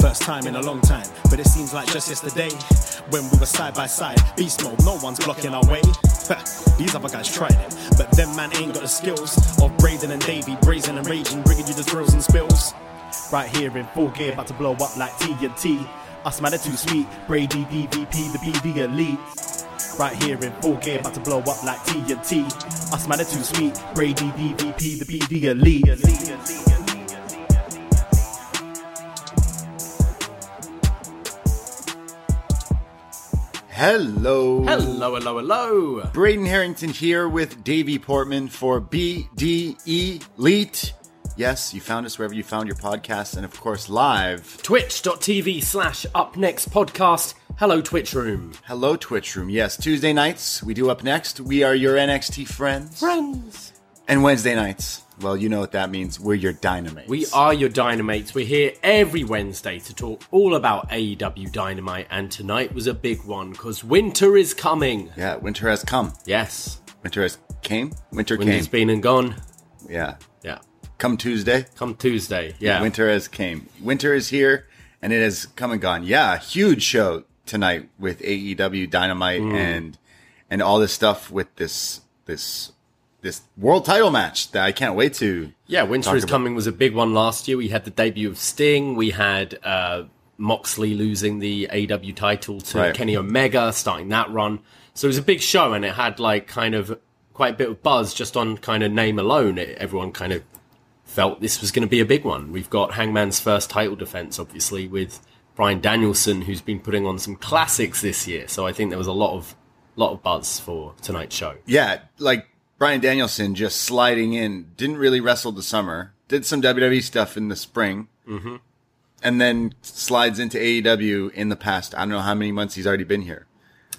First time in a long time, but it seems like just yesterday when we were side by side. Beast mode, no one's blocking our way. These other guys tried it, but them man ain't got the skills of Braden and Davey, brazen and raging, bringing you the thrills and spills. Right here in full gear, about to blow up like TNT. Us man are too sweet, Brady DVP, the BV elite. Right here in full gear, about to blow up like TNT. Us man are too sweet, Brady DVP, the BV elite. Hello. Hello, hello, hello. Braden Harrington here with Davey Portman for BD Elite. Yes, you found us wherever you found your podcast, and of course, live. Twitch.tv slash up next podcast. Hello, Twitch room. Hello, Twitch Room. Yes, Tuesday nights, we do Up Next. We are your NXT friends. Friends. And Wednesday nights, well, you know what that means. We're your dynamite. We are your Dynamates. We're here every Wednesday to talk all about AEW Dynamite, and tonight was a big one because winter is coming. Yeah, winter has come. Yes. Winter has came. Winter Winter's came. been and gone. yeah. Yeah. Come Tuesday. Come Tuesday. Yeah. Winter has came. Winter is here, and it has come and gone. Yeah, huge show tonight with AEW Dynamite and and all this stuff with this this this world title match that I can't wait to. Yeah, Winter talk is about. Coming was a big one last year. We had the debut of Sting. We had uh, Moxley losing the AW title to Right. Kenny Omega, starting that run. So it was a big show, and it had like kind of quite a bit of buzz just on kind of name alone. It, everyone kind of felt this was going to be a big one. We've got Hangman's first title defense, obviously, with Brian Danielson, who's been putting on some classics this year. So I think there was a lot of lot of buzz for tonight's show. Yeah, like Brian Danielson just sliding in. Didn't really wrestle the summer. Did some WWE stuff in the spring. Mm-hmm. And then slides into AEW in the past. I don't know how many months he's already been here.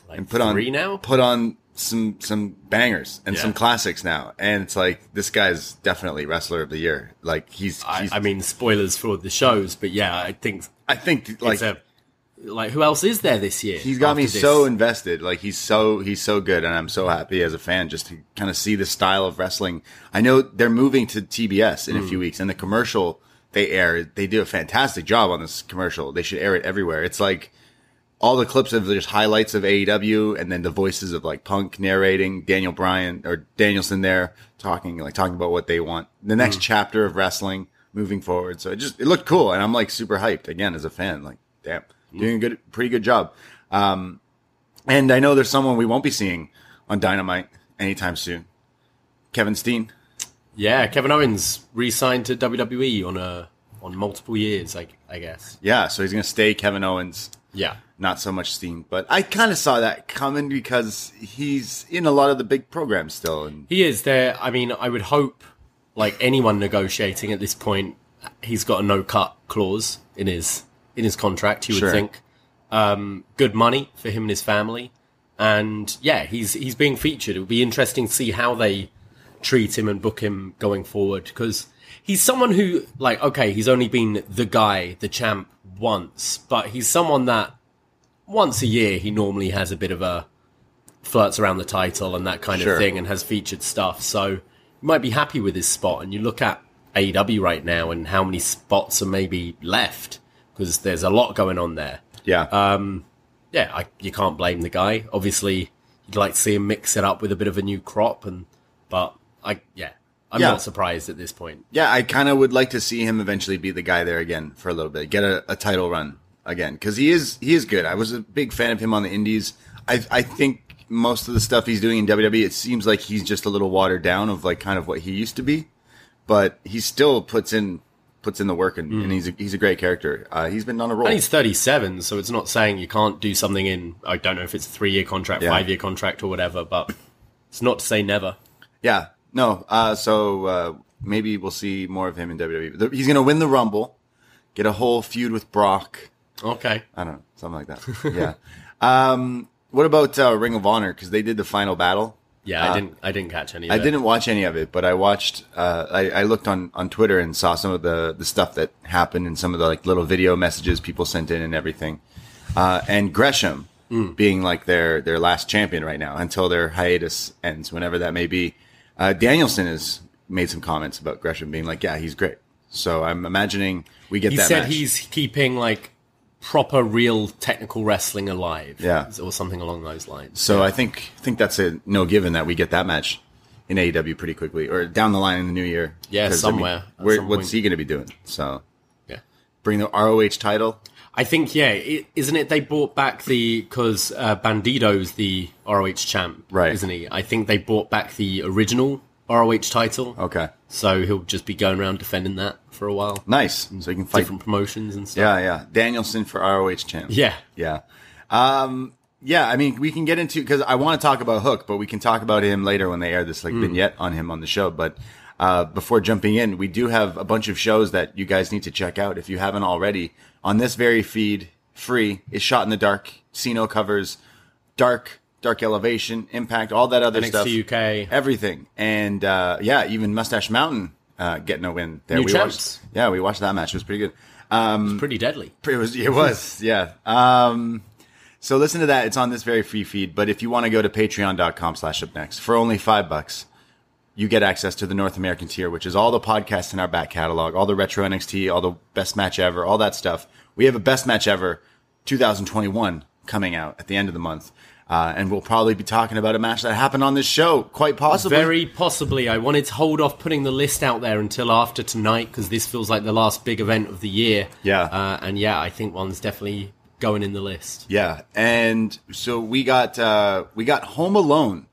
Like and put on three now. put on some some bangers and Yeah. some classics now and it's like this guy's definitely wrestler of the year like he's, I, he's I mean, spoilers for the shows, but yeah, I think i think like it's a, like who else is there this year? he's got after me this? so invested like he's so he's so good and i'm so happy as a fan just to kind of see the style of wrestling i know they're moving to tbs in a Mm. few weeks and the commercial they air they do a fantastic job on this commercial they should air it everywhere it's like all the clips of just highlights of AEW and then the voices of like Punk narrating, Daniel Bryan or Danielson there talking, like talking about what they want. The next chapter of wrestling moving forward. So it just, it looked cool. And I'm like super hyped again as a fan. Like, damn, doing a good, pretty good job. Um, and I know there's someone we won't be seeing on Dynamite anytime soon. Kevin Steen. yeah. Kevin Owens re-signed to WWE on a on multiple years, I, I guess. Yeah. So he's going to stay Kevin Owens. Yeah, not so much Steen, but I kind of saw that coming because he's in a lot of the big programs still. And he is there. I mean, I would hope like anyone negotiating at this point, he's got a no cut clause in his in his contract. You would Sure. think um, good money for him and his family, and yeah, he's he's being featured. It would be interesting to see how they treat him and book him going forward because he's someone who, like, okay, he's only been the guy, the champ, once, but he's someone that once a year he normally has a bit of a flirts around the title and that kind Sure. of thing and has featured stuff. So you might be happy with his spot. And you look at AEW right now and how many spots are maybe left because there's a lot going on there Yeah. yeah, I, you can't blame the guy. Obviously, you'd like to see him mix it up with a bit of a new crop, and but I yeah, I'm Yeah. not surprised at this point. yeah, I kind of would like to see him eventually be the guy there again for a little bit, get a, a title run again because he is he is good. I was a big fan of him on the Indies. I I think most of the stuff he's doing in WWE, it seems like he's just a little watered down of like kind of what he used to be, but he still puts in puts in the work and, and he's a, he's a great character. Uh, he's been on a roll. Mm. And he's 37, so it's not saying you can't do something in. I don't know if it's a three year contract, Yeah. five year contract, or whatever, but it's not to say never. Yeah. No. Uh, so uh, maybe we'll see more of him in WWE. The- He's going to win the Rumble, get a whole feud with Brock. Okay, I don't know, something like that. yeah. Um, what about uh, Ring of Honor? Because they did the final battle. yeah, Uh, I didn't I didn't catch any. Of I it. didn't watch any of it, but I watched. Uh, I, I looked on, on Twitter and saw some of the, the stuff that happened and some of the like little video messages people sent in and everything. Uh, and Gresham Hmm. being like their their last champion right now until their hiatus ends, whenever that may be. Uh, Danielson has made some comments about Gresham being like, "Yeah, he's great." So I'm imagining we get He that. said match. he's keeping like proper, real technical wrestling alive, Yeah. or something along those lines. So I think I think that's a no given that we get that match in AEW pretty quickly or down the line in the new year. Yeah, 'Cause, I mean, somewhere, at where- some what's point. he going to be doing? So Yeah. bring the ROH title. I think yeah, is isn't it? They brought back the because uh, Bandido's the ROH champ, Right. Isn't he? I think they brought back the original ROH title. Okay, so he'll just be going around defending that for a while, nice. So you can fight. different promotions and stuff. Yeah, yeah. Danielson for ROH champ. Yeah, yeah, um, yeah. I mean, we can get into because I want to talk about Hook, but we can talk about him later when they air this like Hmm. vignette on him on the show. But uh, before jumping in, we do have a bunch of shows that you guys need to check out if you haven't already. On this very feed, free is shot in the dark. Sino covers dark, dark elevation, impact, all that other NXT stuff, UK. everything, and uh, yeah, even Mustache Mountain uh, getting a win there. New we champs. watched, yeah, we watched that match. It was pretty good. it's pretty deadly. It was. It was. yeah. Um, so listen to that. It's on this very free feed. But if you want to go to patreon.com slash up next for only five bucks, you get access to the North American tier, which is all the podcasts in our back catalog, all the retro NXT, all the best match ever, all that stuff. We have a best match ever 2021 coming out at the end of the month. Uh, and we'll probably be talking about a match that happened on this show, quite possibly. Very possibly, I wanted to hold off putting the list out there until after tonight because this feels like the last big event of the year. Yeah. uh, and yeah, I think one's definitely going in the list. Yeah, and so we got uh, we got Home Alone.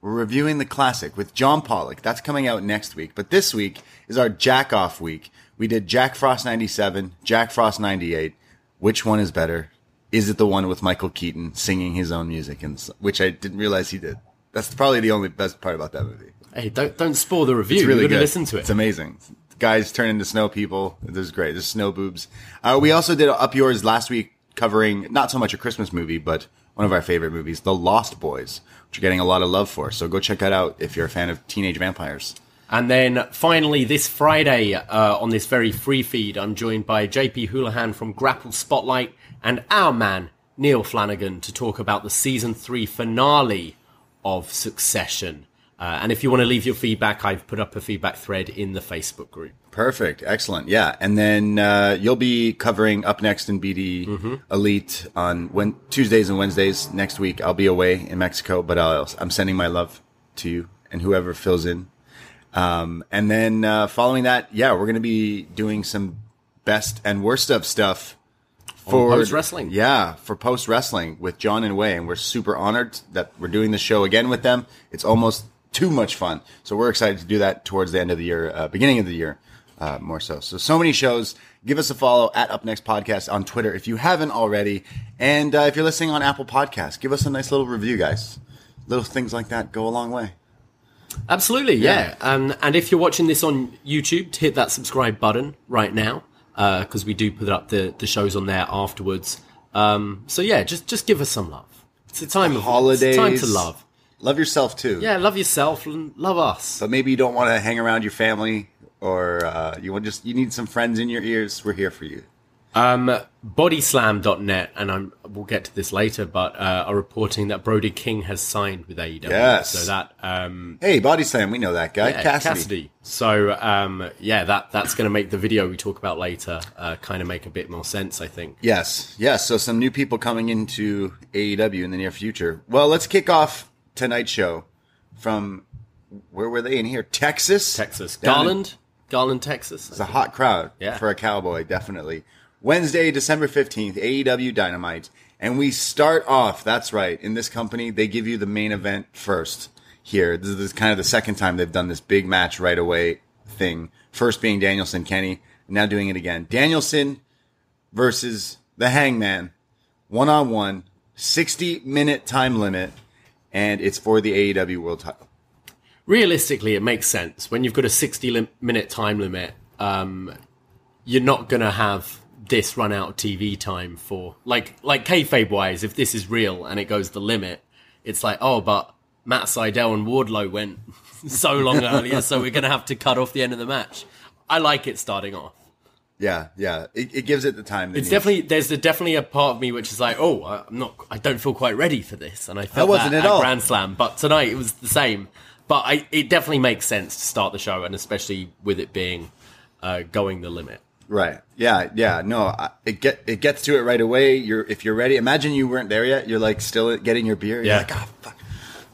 We're reviewing the classic with John Pollock. That's coming out next week. But this week is our Jack Off week. We did Jack Frost '97, Jack Frost '98. Which one is better? Is it the one with Michael Keaton singing his own music, and s- which I didn't realize he did? That's probably the only best part about that movie. Hey, don't don't spoil the review. It's really you got good. to listen to it. It's amazing. Guys turn into snow people. This is great. There's snow boobs. Uh, we also did up yours last week, covering not so much a Christmas movie, but one of our favorite movies, The Lost Boys, which we're getting a lot of love for. So go check that out if you're a fan of teenage vampires. And then finally, this Friday uh, on this very free feed, I'm joined by JP Houlihan from Grapple Spotlight and our man, Neil Flanagan, to talk about the season three finale of Succession. Uh, and if you want to leave your feedback, I've put up a feedback thread in the Facebook group. Perfect. Excellent. Yeah. And then uh, you'll be covering up next in BD Mm-hmm. Elite on when- Tuesdays and Wednesdays next week. I'll be away in Mexico, but I'll, I'm sending my love to you and whoever fills in. Um, and then uh, following that, yeah, we're going to be doing some best and worst of stuff for Oh, post wrestling. Yeah, for post wrestling with John and Way, and we're super honored that we're doing the show again with them. It's almost too much fun, so we're excited to do that towards the end of the year, uh, beginning of the year, uh, more so. So so many shows. Give us a follow at Up Next Podcast on Twitter if you haven't already, and uh, if you're listening on Apple Podcasts, give us a nice little review, guys. Little things like that go a long way. Absolutely, yeah. Um, and if you're watching this on YouTube, hit that subscribe button right now because we do put up the, the shows on there afterwards. Um, so yeah, just just give us some love. It's a time of it's a time Holidays. to love. Love yourself too. Yeah, love yourself and love us. But maybe you don't want to hang around your family, or uh, you want just you need some friends in your ears. We're here for you. Um, bodyslam.net, and I'm, we'll get to this later, but uh, are reporting that Brody King has signed with AEW. Yes. So that um, Hey, Body Slam, we know that guy, yeah, Cassidy. So um, yeah, that that's going to make the video we talk about later uh, kind of make a bit more sense, I think. Yes, yes. So some new people coming into AEW in the near future. Well, let's kick off tonight's show from where were they in here? Texas, Texas, Down in- Garland, Garland, Texas. It's a hot crowd Yeah. for a cowboy, definitely. Wednesday, December 15th, AEW Dynamite. And we start off, that's right, in this company, they give you the main event first here. This is kind of the second time they've done this big match right away thing. First being Danielson Kenny, now doing it again. Danielson versus the Hangman, one on one, 60 minute time limit, and it's for the AEW World title. realistically, it makes sense when you've got a 60 lim- minute time limit. Um, you're not gonna have this run out of TV time for like like kayfabe wise. If this is real and it goes the limit, it's like oh, but Matt Seidel and Wardlow went so long earlier, so we're gonna have to cut off the end of the match. I like it starting off. Yeah, yeah. It, it gives it the time. that It's it needs. definitely there's a, definitely a part of me which is like, oh, I- I'm not, I don't feel quite ready for this, and I felt wasn't that at at all. Grand Slam, but tonight it was the same. But I, it definitely makes sense to start the show, and especially with it being uh, going the limit. Right. Yeah. Yeah. No. I- It get it gets to it right away. You're if you're ready. Imagine you weren't there yet. You're like still getting your beer. You're Yeah. like, oh fuck.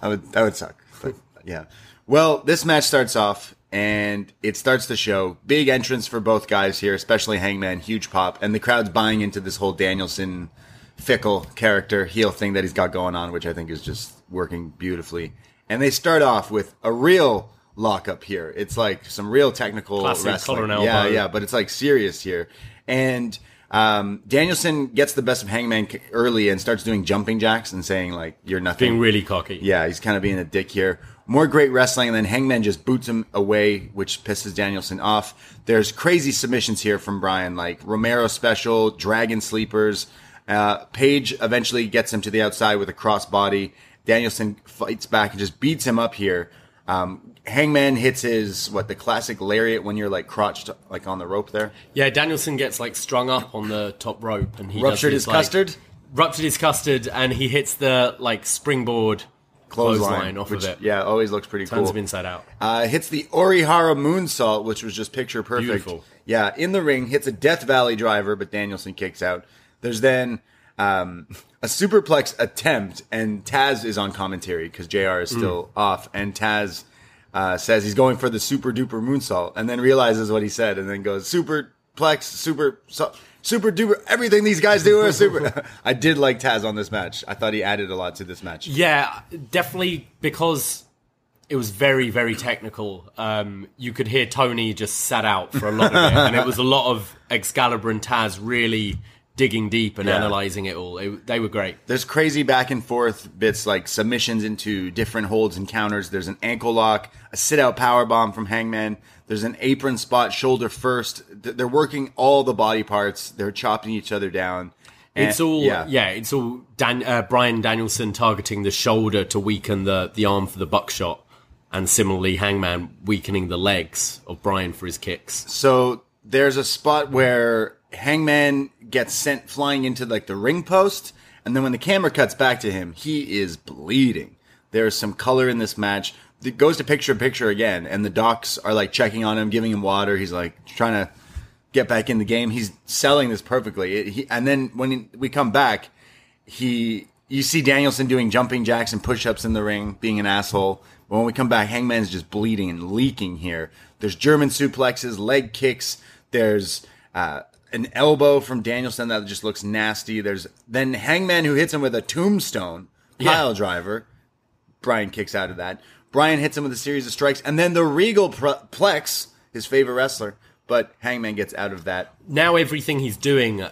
I would that would suck. But, yeah. Well, this match starts off and it starts the show. Big entrance for both guys here, especially Hangman. Huge pop, and the crowd's buying into this whole Danielson fickle character heel thing that he's got going on, which I think is just working beautifully. And they start off with a real lockup here. It's like some real technical Classic wrestling. collar and Yeah, elbow. yeah, but it's like serious here. And um, Danielson gets the best of Hangman c- early and starts doing jumping jacks and saying like, "You're nothing." Being really cocky. yeah, he's kind of being a dick here. More great wrestling, and then Hangman just boots him away, which pisses Danielson off. There's crazy submissions here from Brian, like Romero special, Dragon Sleepers. Uh, Page eventually gets him to the outside with a crossbody. Danielson fights back and just beats him up here. Um, Hangman hits his what the classic lariat when you're like crotched like on the rope there. yeah. Danielson gets like strung up on the top rope, and he does Ruptured his like- custard? Ruptured his custard, and he hits the like springboard clothesline, off which, of it. Yeah, always looks pretty turns cool. him inside out. Uh, hits the Orihara moonsault, which was just picture perfect. Beautiful. Yeah, in the ring, hits a Death Valley driver, but Danielson kicks out. There's then um, a superplex attempt, and Taz is on commentary because JR is still off, and Taz uh, says he's going for the super duper moonsault, and then realizes what he said, and then goes superplex, super. So- Super duper, everything these guys do are super. I did like Taz on this match. I thought he added a lot to this match. Yeah, definitely because it was very, very technical. Um, you could hear Tony just sat out for a lot of it, and it was a lot of Excalibur and Taz really digging deep and Yeah. analyzing it all. It, they were great. There's crazy back and forth bits like submissions into different holds and counters. There's an ankle lock, a sit out power bomb from Hangman. There's an apron spot, shoulder first. Th- They're working all the body parts. They're chopping each other down. And- It's all yeah. it's all Dan, uh, Brian Danielson targeting the shoulder to weaken the the arm for the buckshot, and similarly Hangman weakening the legs of Brian for his kicks. So there's a spot where Hangman gets sent flying into like the ring post, and then when the camera cuts back to him, he is bleeding. There's some color in this match. It goes to picture in picture again, and the docs are like checking on him, giving him water. He's like trying to get back in the game. He's selling this perfectly. It, he, and then when we come back, he you see Danielson doing jumping jacks and push-ups in the ring, being an asshole. But when we come back, Hangman's just bleeding and leaking here. There's German suplexes, leg kicks. There's uh, an elbow from Danielson that just looks nasty. There's then Hangman who hits him with a tombstone pile driver. Brian kicks out of that. Brian hits him with a series of strikes, and then the Regal pr- Plex, his favorite wrestler, but Hangman gets out of that. now everything he's doing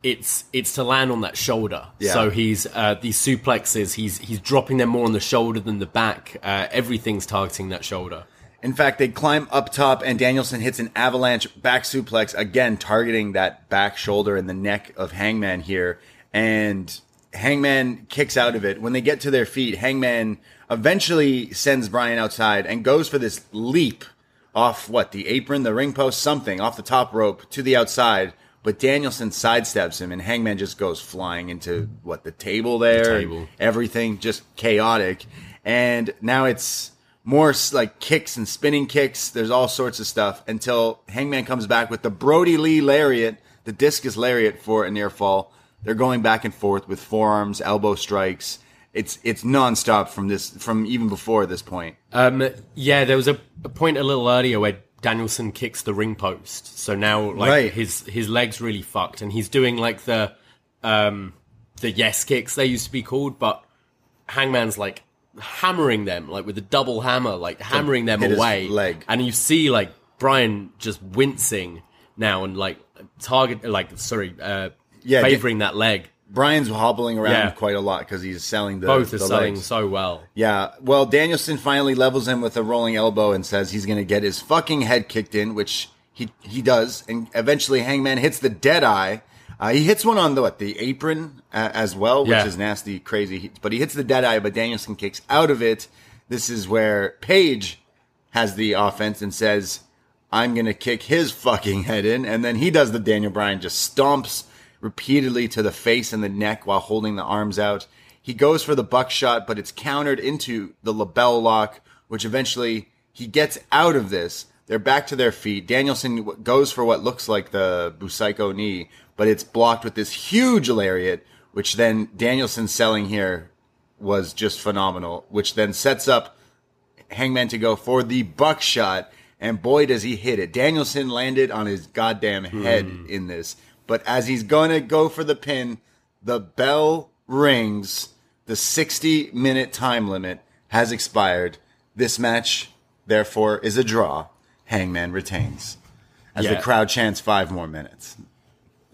it's it's to land on that shoulder Yeah. so he's uh, these suplexes he's he's dropping them more on the shoulder than the back uh, everything's targeting that shoulder In fact, they climb up top, and Danielson hits an avalanche back suplex again, targeting that back shoulder and the neck of Hangman here. And Hangman kicks out of it. When they get to their feet, Hangman eventually sends Brian outside and goes for this leap off what the apron, the ring post, something off the top rope to the outside. But Danielson sidesteps him, and Hangman just goes flying into what the table there, table. everything just chaotic. And now it's more s- like kicks and spinning kicks. There's all sorts of stuff until Hangman comes back with the Brody Lee lariat, the discus lariat for a near fall. They're going back and forth with forearms, elbow strikes. It's it's nonstop from this from even before this point. Um, yeah, there was a, a point a little earlier where Danielson kicks the ring post, so now like Right. his his legs really fucked, and he's doing like the um the yes kicks they used to be called, but Hangman's like hammering them like with a double hammer, like hammering them hit his away, leg. and you see like Brian just wincing now and like target like sorry uh Yeah, favoring that leg. Brian's hobbling around Yeah. quite a lot because he's selling the Both are the selling legs. so well. Yeah. Well, Danielson finally levels him with a rolling elbow and says he's going to get his fucking head kicked in, which he he does. And eventually, Hangman hits the dead eye. Uh, he hits one on the what the apron uh, as well, which Yeah. is nasty, crazy. He- But he hits the dead eye, but Danielson kicks out of it. This is where Paige has the offense and says, "I'm going to kick his fucking head in," and then he does the Daniel Bryan, just stomps repeatedly to the face and the neck while holding the arms out. He goes for the buckshot, but it's countered into the label lock, which eventually he gets out of this. They're back to their feet. Danielson w- goes for what looks like the Busaiko knee, but it's blocked with this huge lariat, which then Danielson selling here was just phenomenal, which then sets up Hangman to go for the buckshot, and boy does he hit it. Danielson landed on his goddamn head in this. But as he's gonna go for the pin, the bell rings. The 60 minute time limit has expired. This match, therefore, is a draw. Hangman retains. As the Yeah. crowd chants five more minutes.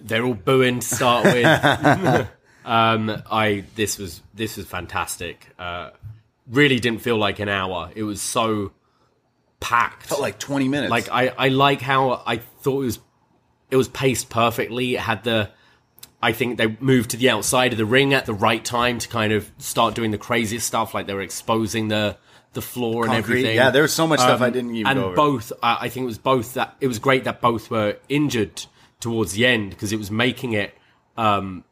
they're all booing to start with. um, I this was this was fantastic. Uh, really didn't feel like an hour. It was so packed. Felt like 20 minutes. Like I, I like how I thought it was it was paced perfectly. It had the I think they moved to the outside of the ring at the right time to kind of start doing the craziest stuff, like they were exposing the the floor and Concrete. everything. Um, Yeah, there was so much stuff I didn't even And go over. both, I I think it was both that it was great that both were injured towards the end because it was making it um,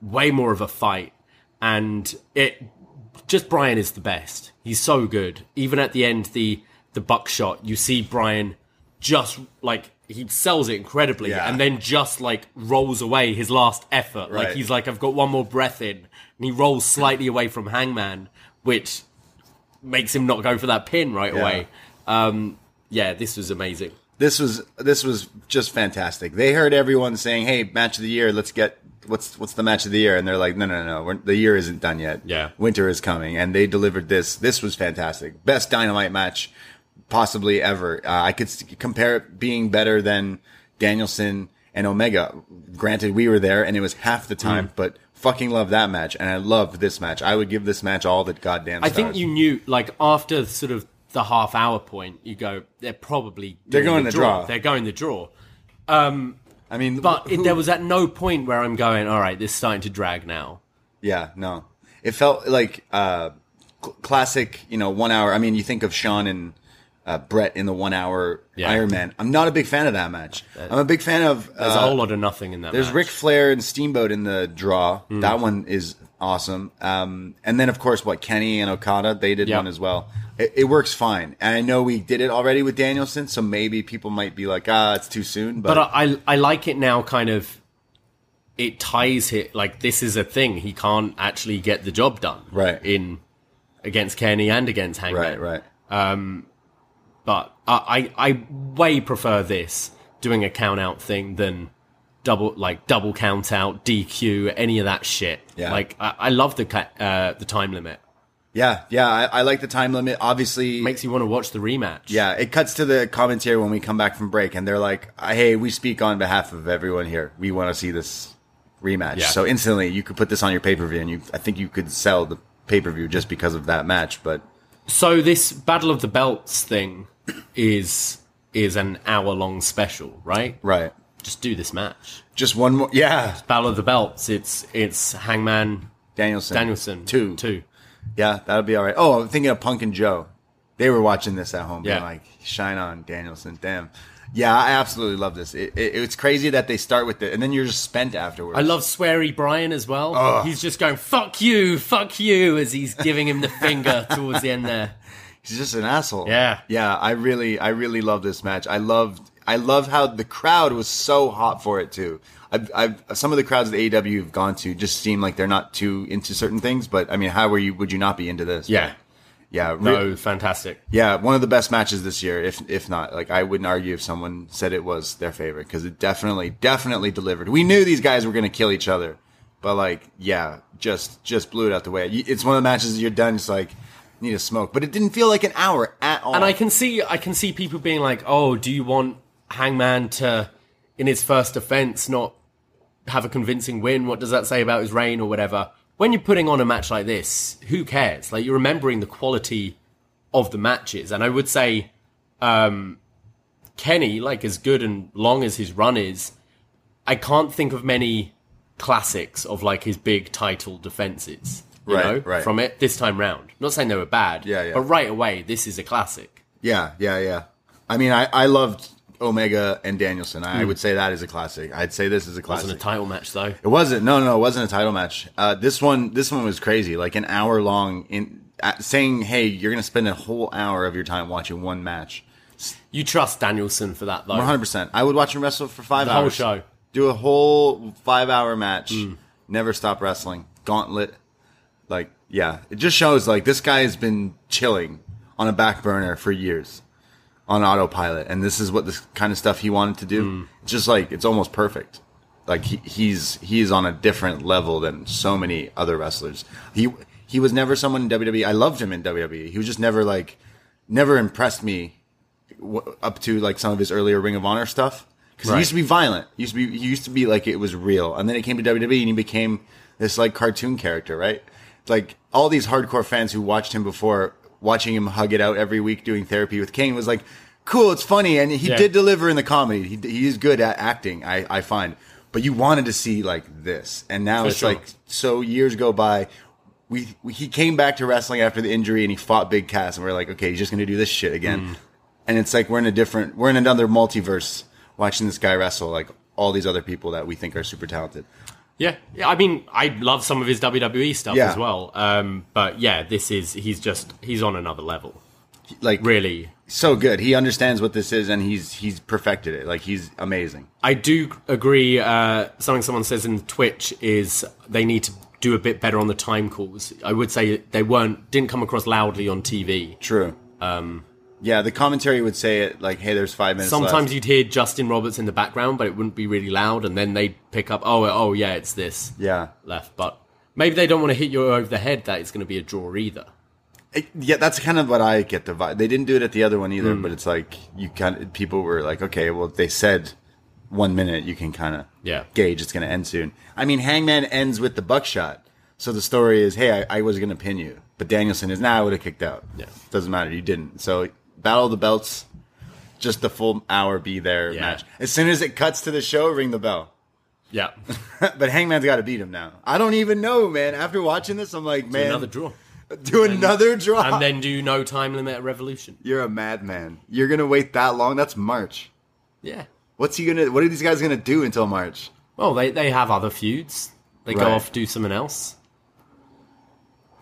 way more of a fight. And it just Brian is the best. He's so good. Even at the end, the the buckshot, you see Brian just like he sells it incredibly, Yeah. and then just like rolls away his last effort. Right. Like he's like, I've got one more breath in, and he rolls slightly away from Hangman, which makes him not go for that pin right away. Um, yeah, this was amazing. this was this was just fantastic. They heard everyone saying, "Hey, match of the year, let's get what's what's the match of the year?" And they're like, "No, no, no, we're, the year isn't done yet. Yeah. winter is coming." And they delivered this. This was fantastic. Best dynamite match possibly ever. Uh, I could s- compare it being better than Danielson and Omega. Granted, we were there and it was half the time, Mm. but fucking love that match. And I loved this match. I would give this match all the goddamn. I stars. think you knew, like, after sort of the half hour point, you go, they're probably They're doing going the draw. They're going the draw. I mean, But who- it, there was at no point where I'm going, all right, this is starting to drag now. Yeah, no. It felt like uh, cl- classic, you know, one hour. I mean, you think of Sean and uh, Brett in the one hour Yeah. Iron Man. I'm not a big fan of that match. I'm a big fan of. There's uh, a whole lot of nothing in that. there's match. Hmm. Ric Flair and Steamboat in the draw. That one is awesome. Um, and then, of course, what Kenny and Okada, they did Yeah. one as well. It, it works fine. And I know we did it already with Danielson, so maybe people might be like, ah, it's too soon. But, but uh, I, I I like it now. Kind of, it ties it like this is a thing. He can't actually get the job done Right. in against Kenny and against Hangman. right, right. but I, I I way prefer this doing a count out thing than double like double count out DQ any of that shit. Yeah. Like I, I love the ca- uh, the time limit. Yeah, yeah. I, I like the time limit. Obviously, Makes you want to watch the rematch. Yeah, it cuts to the commentary when we come back from break, and they're like, "Hey, we speak on behalf of everyone here. We want to see this rematch." Yeah. So instantly, you could put this on your pay per view, and you, I think you could sell the pay per view just because of that match. But So this Battle of the Belts thing is is an hour long special, right? right, Just do this match. just one more. Yeah, Battle of the Belts. It's it's Hangman Danielson. Danielson. Two. Two. Yeah, that'll be all right. Oh, I'm thinking of Punk and Joe. They were watching this at home. Yeah. Yeah. like, shine on, Danielson. Damn. Yeah, I absolutely love this. It, it, it's crazy that they start with it, and then you're just spent afterwards. I love Sweary Brian as well. He's just going, fuck you, fuck you, as he's giving him the finger towards the end there. He's just an asshole. Yeah. Yeah, I really I really love this match. I loved I love how the crowd was so hot for it too. I've, I've some of the crowds that AEW have gone to just seem like they're not too into certain things, but I mean, how were you? Would you not be into this? Yeah. yeah, re- No, fantastic. yeah. One of the best matches this year, if if not, like I wouldn't argue if someone said it was their favorite because it definitely definitely delivered. We knew these guys were going to kill each other, but like, yeah, just just blew it out the way. You- It's one of the matches you're done. It's like need a smoke, but it didn't feel like an hour at all. And I can see I can see people being like, "Oh, do you want Hangman to in his first offense not have a convincing win? What does that say about his reign or whatever?" When you're putting on a match like this, who cares? Like you're remembering the quality of the matches. And I would say um Kenny, like as good and long as his run is, I can't think of many classics of like his big title defenses. You Right, know, right. from it this time round. Not saying they were bad, Yeah, yeah. but right away, this is a classic. Yeah, yeah, yeah. I mean, I, I loved Omega and Danielson. I, I would say that is a classic. I'd say this is a classic. wasn't a title match though. it wasn't. No, no, it wasn't a title match. Uh, this one, this one was crazy. Like an hour long in uh, saying, "Hey, you're going to spend a whole hour of your time watching one match." You trust Danielson for that though. 100. percent I would watch him wrestle for five The whole hours. show. Mm. Do a whole five hour match. Never stop wrestling. Gauntlet. Like, yeah, it just shows like this guy has been chilling on a back burner for years on autopilot, and this is what this kind of stuff he wanted to do. Mm. It's just like it's almost perfect. Like he, he's he's on a different level than so many other wrestlers. He he was never someone in WWE. I loved him in WWE. He was just never like never impressed me w- up to like some of his earlier Ring of Honor stuff because Right. he used to be violent. He used to be he used to be like it was real, and then it came to WWE and he became this like cartoon character, right? Like all these hardcore fans who watched him before, watching him hug it out every week doing therapy with Kane was like, cool, it's funny, and he Yeah. did deliver in the comedy. He he is good at acting, I I find. But you wanted to see like this, and now For it's sure. like so years go by. We, we, he came back to wrestling after the injury and he fought Big Cass and we're like, okay, he's just gonna do this shit Mm. again and it's like we're in a different we're in another multiverse watching this guy wrestle like all these other people that we think are super talented Yeah. yeah, I mean, I love some of his WWE stuff Yeah. as well. Um, but yeah, this is he's just he's on another level. like Really, so good he understands what this is and he's he's perfected it like he's amazing I do agree. Uh, something someone says in Twitch is they need to do a bit better on the time calls. I would say they weren't didn't come across loudly on TV. true um yeah the commentary would say it like hey there's five minutes Sometimes left. you'd hear Justin Roberts in the background, but it wouldn't be really loud, and then they'd pick up, oh, oh, yeah, it's this yeah left. But maybe they don't want to hit you over the head that it's going to be a draw either. It- yeah that's kind of what i get the vibe they didn't do it at the other one Hmm. either but it's like you kind of people were like okay well if they said one minute you can kind of Yeah. gauge it's going to end soon i mean hangman ends with the buckshot so the story is hey i, I was going to pin you but danielson is now nah, i would have kicked out Yeah. doesn't matter you didn't so battle of the belts just the full hour be there Yeah. match as soon as it cuts to the show ring the bell Yeah. but hangman's got to beat him now i don't even know man after watching this i'm like man Another draw. do another drop And then do no time limit at Revolution. You're a madman. You're gonna wait that long? That's March. Yeah. What's he gonna? What are these guys gonna do until March? Well, they, they have other feuds. They Right. go off, do something else.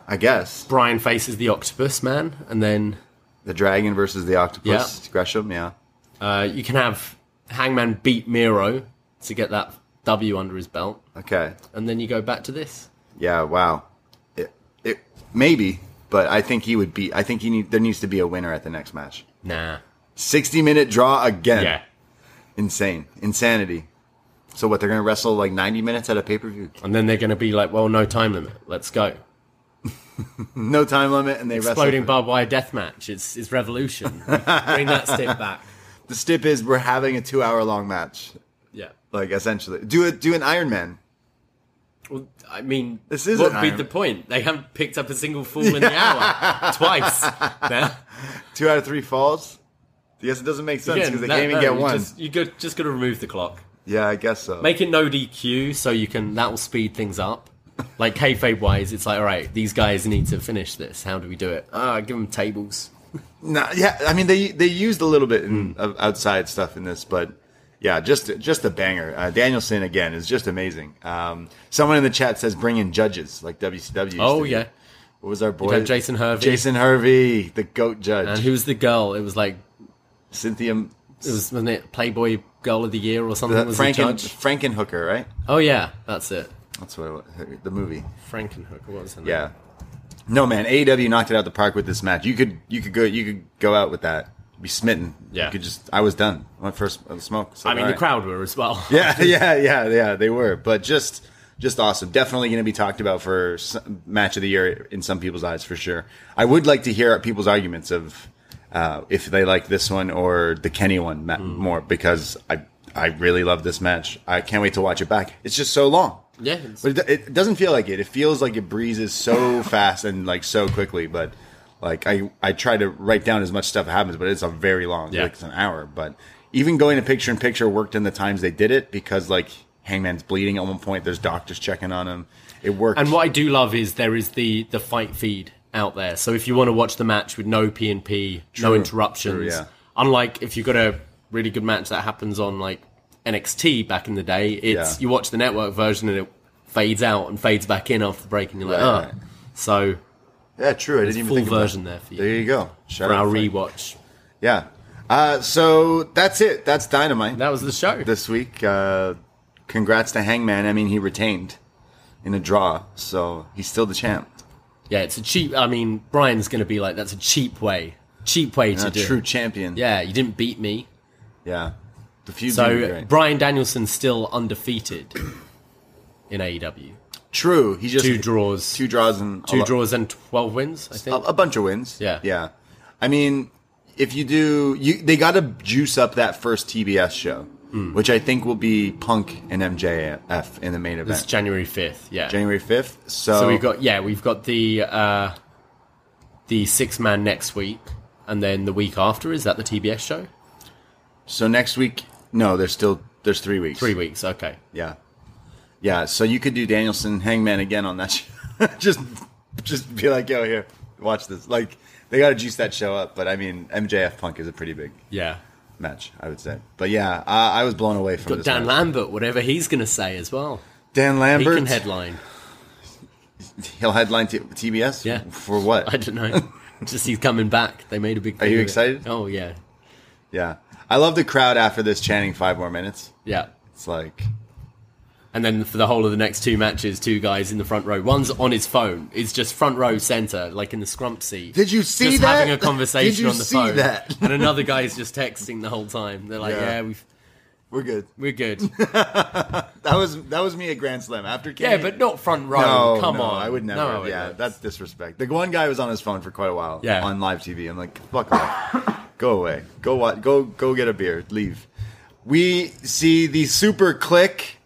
I guess Brian faces the Octopus Man, and then the dragon versus the octopus. Gresham, yeah, uh, you can have Hangman beat Miro to get that W under his belt, okay, and then you go back to this. yeah. Wow, it, it maybe, but I think he would be. I think he need. There needs to be a winner at the next match. Nah. Sixty minute draw again. Yeah. insane, insanity. So what? They're gonna wrestle like ninety minutes at a pay per view. And then they're going to be like, well, no time limit. Let's go. No time limit, and they Exploding wrestle. barbed wire death match. It's, it's revolution. Bring that stick back. the stip is we're having a two hour long match. Yeah. Like essentially, do it. Do an Iron Man. Well, I mean, This is what an would be iron- the point? They haven't picked up a single fall in the hour twice. Now. two out of three falls. I guess it doesn't make sense because they that- can't even no, get you one. Just, you go, just got to remove the clock. Yeah, I guess so. Make it no DQ so you can. That will speed things up. Like kayfabe wise, it's like all right, these guys need to finish this. How do we do it? Ah, give them tables. No, yeah, I mean they they used a little bit in, of outside stuff in this, but yeah, just just a banger. Uh, Danielson again is just amazing. Um, someone in the chat says bring in judges like WCW. used Oh to do. yeah, what was our boy have Jason Hervey. Jason Hervey, the goat judge. and who's the girl? It was like Cynthia it was wasn't it Playboy Girl of the Year or something? that was the Franken judge? Frankenhooker, right? Oh yeah, that's it. That's what it was, the movie. Frankenhooker. What was her name? Yeah. No man, AEW knocked it out the park with this match. You could you could go you could go out with that. Be smitten. Yeah. You could just I was done. My first smoke. so, I mean all the right. crowd were as well. Yeah, yeah, yeah, yeah. They were, but just just awesome. Definitely going to be talked about for s- match of the year in some people's eyes for sure. I would like to hear people's arguments of uh, if they like this one or the Kenny one ma- Mm. more because I I really love this match. I can't wait to watch it back. It's just so long. Yeah, it's- but it, it doesn't feel like it. It feels like it breezes so fast and like so quickly, but. Like I, I try to write down as much stuff that happens, but it's a very long, Yeah. like it's an hour. But even going to picture in picture worked in the times they did it because like Hangman's bleeding at one point. There's doctors checking on him. It worked. And what I do love is there is the the fight feed out there. So if you want to watch the match with no P and P, no True, interruptions. true, yeah. Unlike if you've got a really good match that happens on like NXT back in the day, it's Yeah. you watch the network version and it fades out and fades back in after the break, and you're like, Right, oh. right. So yeah, true. I didn't even full think about version it. there for you. There you go. Shout for out our Frank. rewatch, Yeah. Uh, so that's it. That's dynamite that was the show. this week. Uh, congrats to Hangman. I mean, he retained in a draw, so he's still the champ. yeah, it's a cheap. I mean, Brian's going to be like, that's a cheap way, cheap way to A do. it." true champion. Yeah, you didn't beat me. Yeah. The feud's gonna be So great. Brian Danielson's still undefeated in E AEW. true. He just Two draws, Two two, draws and a lo- draws, and twelve wins. I think. a, a bunch of wins. Yeah. yeah. I mean, if you do, you they got to juice up that first TBS show, Hmm. which I think will be Punk and MJF in the main event, it's January fifth. Yeah. January fifth. So, so we've got yeah, we've got the uh, the six man next week, and then the week after is that the TBS show? so next week. No, there's still there's three weeks. Three weeks. Okay. Yeah, yeah. So you could do Danielson Hangman again on that show. just just be like, yo, here, watch this. Like they got to juice that show up. But I mean, MJF Punk is a pretty big Yeah. match, I would say. But yeah, I, I was blown away from Got this Dan match. Lambert, whatever he's going to say as well. Dan He Lambert. can headline. He'll headline t- TBS. Yeah. For what? I don't know. Just he's coming back. They made a big. Are thing you of it. excited? Oh yeah, yeah. I love the crowd after this chanting five more minutes. yeah. It's like And then for the whole of the next two matches, two guys in the front row. One's on his phone. It's just front row center, like in the scrump seat. Did you see just that? having a conversation Did you on the see phone. that? and another guy's just texting the whole time. They're like, Yeah. "Yeah, we've, we're good. we're good." That was that was me at Grand Slam after. Kenny- yeah, but not front row. no, Come no, on, I would never. No, I would yeah, not. that's disrespect. The one guy was on his phone for quite a while. Yeah. On live TV, I'm like, fuck off. go away. Go what? Go go get a beer. Leave. We see the super click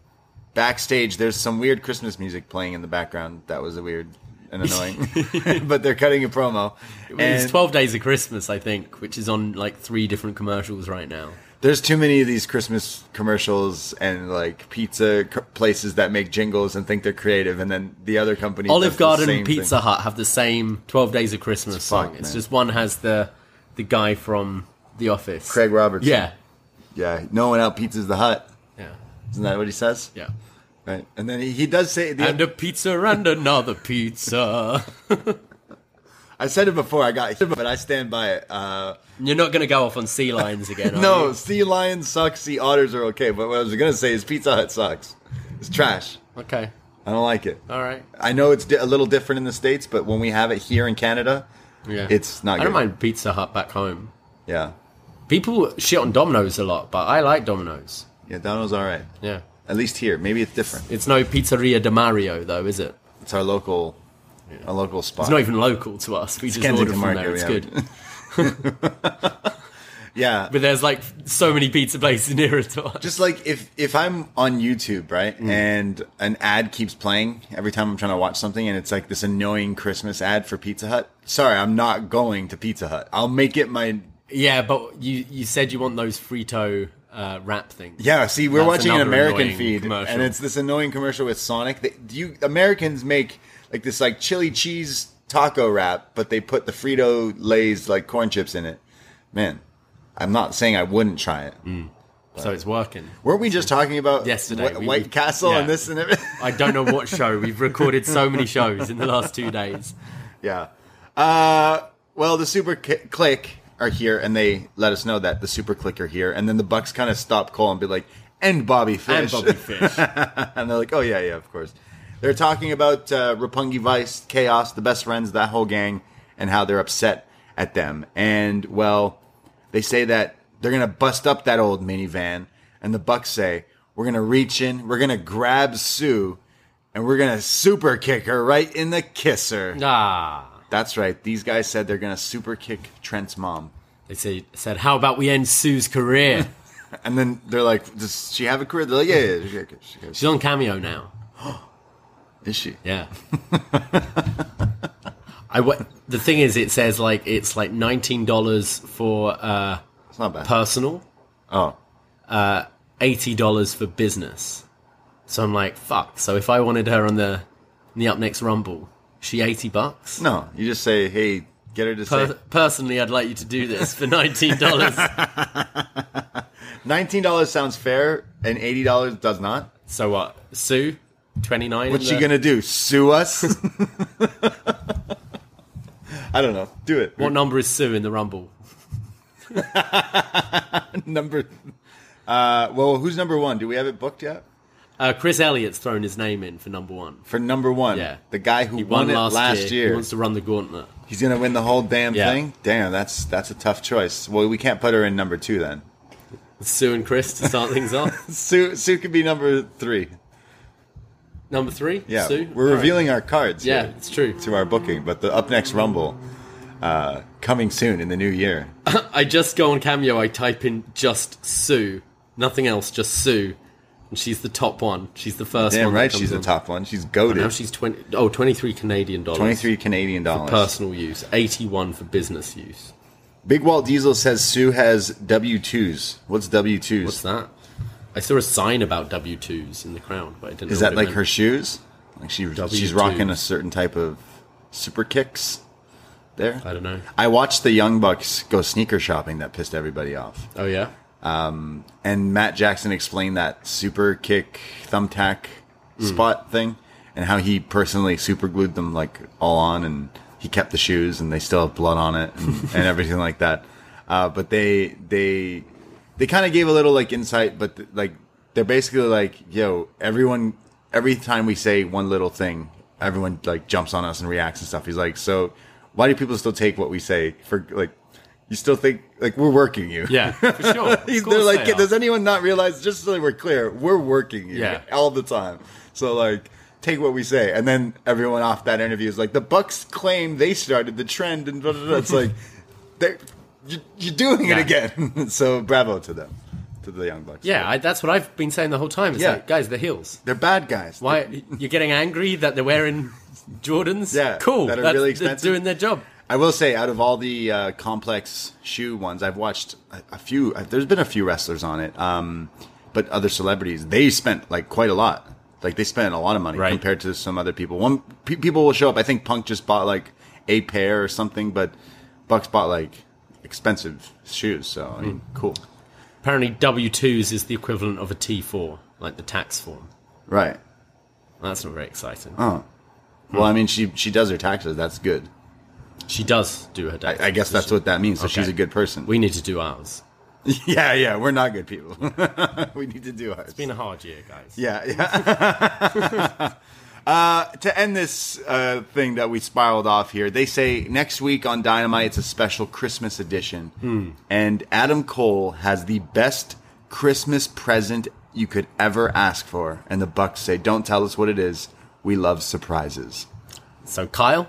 backstage. There's some weird Christmas music playing in the background. That was a weird and annoying, but they're cutting a promo. it's And- twelve days of Christmas, I think, which is on like three different commercials right now. There's too many of these Christmas commercials and like pizza c- places that make jingles and think they're creative, and then the other company Olive does the Garden same and Pizza thing. Hut have the same twelve days of Christmas song. fucked, it's man. just one has the the guy from The Office, Craig Roberts. Yeah, yeah. No one out pizzas the hut. yeah, Isn't that what he says? yeah. Right. And then he, he does say the, and a pizza and another pizza. I said it before. I got but I stand by it. Uh, You're not going to go off on sea lions again, are no, you? sea lions suck. Sea otters are okay. But what I was gonna say is Pizza Hut sucks. It's trash. Okay. I don't like it. All right. I know it's di- a little different in the states, but when we have it here in Canada, Yeah. It's not I don't good. mind Pizza Hut back home. yeah, People shit on Domino's a lot, but I like Domino's. yeah, Donald's all right. Yeah. At least here, maybe it's different. It's no Pizzeria de Mario, though, is it? It's our local, our local spot. It's not even local to us. We just order Kensington from there. It's Market, good. yeah, But there's like so many pizza places nearer to us. just like if if I'm on YouTube, right, Mm. and an ad keeps playing every time I'm trying to watch something, and it's like this annoying Christmas ad for Pizza Hut. Sorry, I'm not going to Pizza Hut. I'll make it my Yeah, but you you said you want those Frito uh, rap thing. Yeah, see, we're That's watching an another American annoying feed, commercial. and it's this annoying commercial with Sonic. That do you Americans make like this like chili cheese taco wrap, but they put the Frito Lay's like corn chips in it. Man, I'm not saying I wouldn't try it. so it's working. Weren't we just talking about Yesterday, Wh- we- White we- Castle yeah. and this and everything? I don't know what show. We've recorded so many shows in the last two days. yeah. Uh, well, the Super Ki- Click are here, and they let us know that the Super Click are here, and then the Bucks kind of stop Cole and be like, "And Bobby And Fish." Bobby Fish. and they're like, "Oh yeah, yeah, of course." They're talking about uh, Rapungi Vice, Chaos, the best friends, that whole gang, and how they're upset at them. And well, they say that they're gonna bust up that old minivan, and the Bucks say, "We're gonna reach in, we're gonna grab Sue, and we're gonna super kick her right in the kisser." Ah. That's right. These guys said they're gonna super kick Trent's mom, They say, said, how about we end Sue's career? and then they're like, "Does she have a career?" They're like, "Yeah, yeah, yeah, yeah, she goes, She's on Cameo now. is she?" Yeah. I w- the thing is, it says like it's like nineteen dollars for uh, It's not bad. personal, Oh, eighty dollars for business. So I'm like, fuck. So if I wanted her on the in the up next Rumble, she eighty bucks. no, you just say, "Hey." Get her to say Per- personally, I'd like you to do this for nineteen dollars. Nineteen dollars sounds fair, and eighty dollars does not. so what, Sue? Twenty nine. What's she gonna do? Sue us? I don't know. Do it. What number is Sue in the Rumble? number? Uh, well, who's number one? Do we have it booked yet? Uh, Chris Elliott's thrown his name in for number one. For number one, Yeah. the guy who He won, won, it last, year. year, He wants to run the gauntlet. he's gonna win the whole damn Yeah. thing. Damn, that's that's a tough choice. Well, we can't put her in number two then. Sue and Chris to start things off. Sue Sue could be number three. Number three, Yeah, Sue. we're All right. revealing our cards. Yeah, here it's true. to our booking, but the up next Rumble uh, coming soon in the new year. I just go on Cameo. I type in just Sue, nothing else, just Sue, and she's the top one. She's the first Damn one. that right, comes she's the on. top one. She's Now goaded. she's 20, oh, 23 Canadian dollars. 23 Canadian dollars. personal use, eighty one for business use. Big Walt Diesel says Sue has W 2s. What's W 2s? What's that? I saw a sign about W twos in the crowd, but I didn't. Is know that what it like her meant. shoes? Like she, she's W2s. rocking a certain type of super kicks there? I don't know. I watched the Young Bucks go sneaker shopping that pissed everybody off. Oh yeah, And Matt Jackson explained that super kick thumbtack spot thing and how he personally super glued them like all on and he kept the shoes and they still have blood on it and, and everything like that. Uh, but they they they kind of gave a little like insight, but th- like they're basically like, yo, everyone every time we say one little thing, everyone like jumps on us and reacts and stuff. He's like, so why do people still take what we say for like? You still think like we're working you? yeah, for sure. Of He's- they're course like, they are. does anyone not realize? Just so that we're clear, we're working here Yeah. all the time. So like, take what we say, and then everyone off that interview is like, the Bucks claim they started the trend, and blah, blah, blah. it's like, they're you, you're doing Yeah. it again. so bravo to them, to the young Bucks. yeah, I, that's what I've been saying the whole time. It's Yeah. like, guys, the heels. they're bad guys. Why you're getting angry that they're wearing Jordans? Yeah, cool. that are That's- really they're expensive. doing their job. I will say, out of all the uh, complex shoe ones, I've watched a, a few. uh, There's been a few wrestlers on it, um, but other celebrities they spent like quite a lot. Like they spent a lot of money Right. compared to some other people. One pe- people will show up. I think Punk just bought like a pair or something, but Bucks bought like expensive shoes. So I mean, Hmm. cool, Apparently, W twos is the equivalent of a T four, like the tax form. right? That's not very exciting. Oh. Well, I mean, she she does her taxes. That's good. She does do her tax. I, I guess that's what that means. So she's Okay. a good person. we need to do ours. yeah, yeah, we're not good people. we need to do ours. It's been a hard year, guys. Yeah, yeah. uh, to end this uh, thing that we spiraled off here, they say next week on Dynamite it's a special Christmas edition, and Adam Cole has the best Christmas present you could ever ask for, and the Bucks say, "Don't tell us what it is. We love surprises." So Kyle,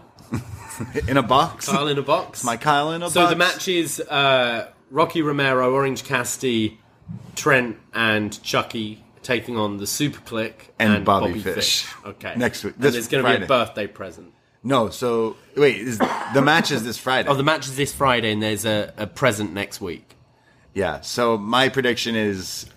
In a box, Kyle in a box. my Kyle in a so box. the match is uh, Rocky Romero, Orange Cassidy, Trent, and Chucky taking on the Super Click And and, Bobby Bobby, Fish. Fish. Okay, Next week- And this there's going to be Friday. a birthday present. No, so wait, is, the match is this Friday. Oh, the match is this Friday, and there's a, a present next week. Yeah. So my prediction is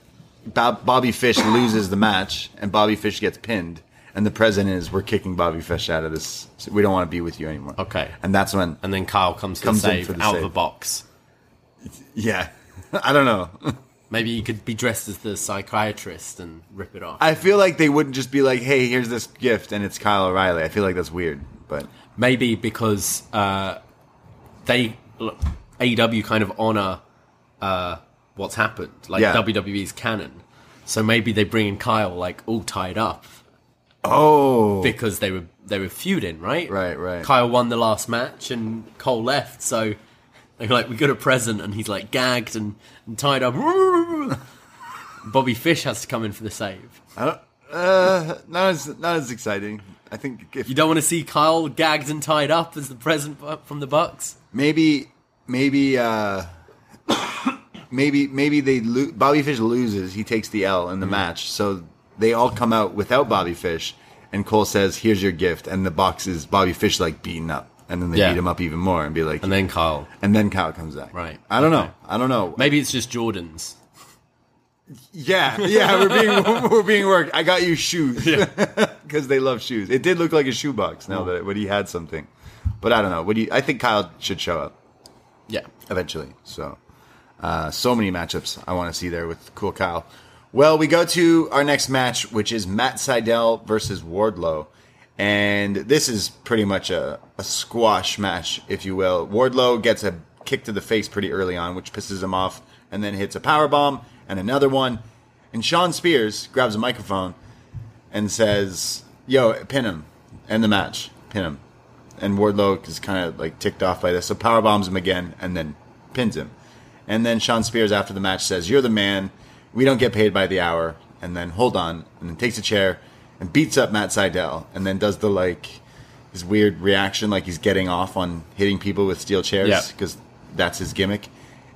Bob- Bobby Fish loses the match and Bobby Fish gets pinned. And the president is, we're kicking Bobby Fish out of this. We don't want to be with you anymore. Okay. And that's when, And then Kyle comes to Comes the in save for the out save. of the box. yeah, I don't know. Maybe he could be dressed as the psychiatrist and rip it off. I feel like they wouldn't just be like, hey, here's this gift and it's Kyle O'Reilly. I feel like that's weird. But Maybe because uh, they look, AEW kind of honor uh, what's happened, like Yeah. WWE's canon. So maybe they bring in Kyle like all tied up oh, because they were they were feuding, right? Right, right. Kyle won the last match and Cole left, so they're like, "We got a present," and he's like gagged and, and tied up. Bobby Fish has to come in for the save. I don't- uh, not as not as exciting. I think if You don't want to see Kyle gagged and tied up as the present bu- from the Bucks. maybe maybe uh, maybe maybe they lo- Bobby Fish loses. He takes the L Mm-hmm. in the match, so they all come out without Bobby Fish, and Cole says, "Here's your gift," and the box is Bobby Fish like beaten up, and then they Yeah. beat him up even more and be like, And then Kyle. and then Kyle comes back. Right. I don't Okay. know. I don't know. Maybe it's just Jordan's. Yeah, yeah, we're being we're being worked. I got you shoes because they love shoes. It did look like a shoebox Mm-hmm. now that when he had something, but I don't know. What do you? I think Kyle should show up Yeah. eventually. So, uh, so many matchups I want to see there with cool Kyle. Well, we go to our next match, which is Matt Seidel versus Wardlow. And this is pretty much a, a squash match, if you will. Wardlow gets a kick to the face pretty early on, which pisses him off, and then hits a power bomb and another one. And Sean Spears grabs a microphone and says, "Yo, pin him, end the match, pin him." And Wardlow is kind of like ticked off by this, so power bombs him again and then pins him. And then Sean Spears after the match says, "You're the man. We don't get paid by the hour." And then hold on, and then takes a chair and beats up Matt Seidel, and then does the like his weird reaction, like he's getting off on hitting people with steel Yeah. chairs because that's his gimmick.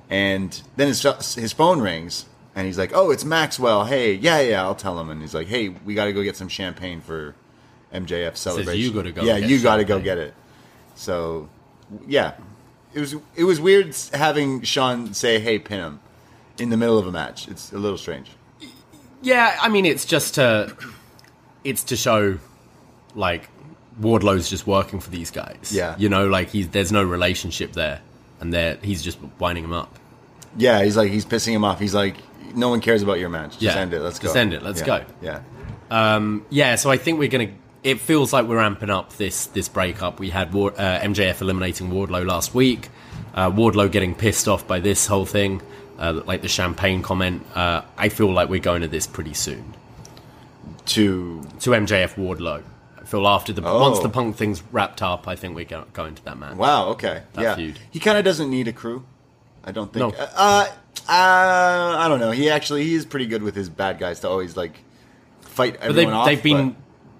And then his his phone rings, and he's like, "Oh, it's Maxwell. Hey, yeah, yeah, I'll tell him." And he's like, "Hey, we got to go get some champagne for MJF celebration. "You gotta go Yeah, get you got to go champagne." get it." So, yeah, it was it was weird having Sean say, "Hey, pin him," in the middle of a match. It's a little strange. Yeah, I mean, it's just to, it's to show, like, Wardlow's just working for these guys. Yeah. You know, like he's there's no relationship there, and there he's just winding them up. Yeah, he's like he's pissing him off. He's like, "No one cares about your match. Just Yeah, end it. Let's go. just end it. Let's Yeah, go. Yeah, Yeah, so I think we're gonna. It feels like we're ramping up this this breakup. We had War, uh, MJF eliminating Wardlow last week. Uh, Wardlow getting pissed off by this whole thing, uh, like the champagne comment. Uh, I feel like we're going to this pretty soon to to MJF Wardlow. I feel after the Oh. once the Punk thing's wrapped up, I think we're go- going to that match. Wow. Okay. That yeah. feud. He kind of doesn't need a crew. I don't think. No. Uh, uh, I don't know. He actually he is pretty good with his bad guys to always like fight But they've, everyone off. they've been but-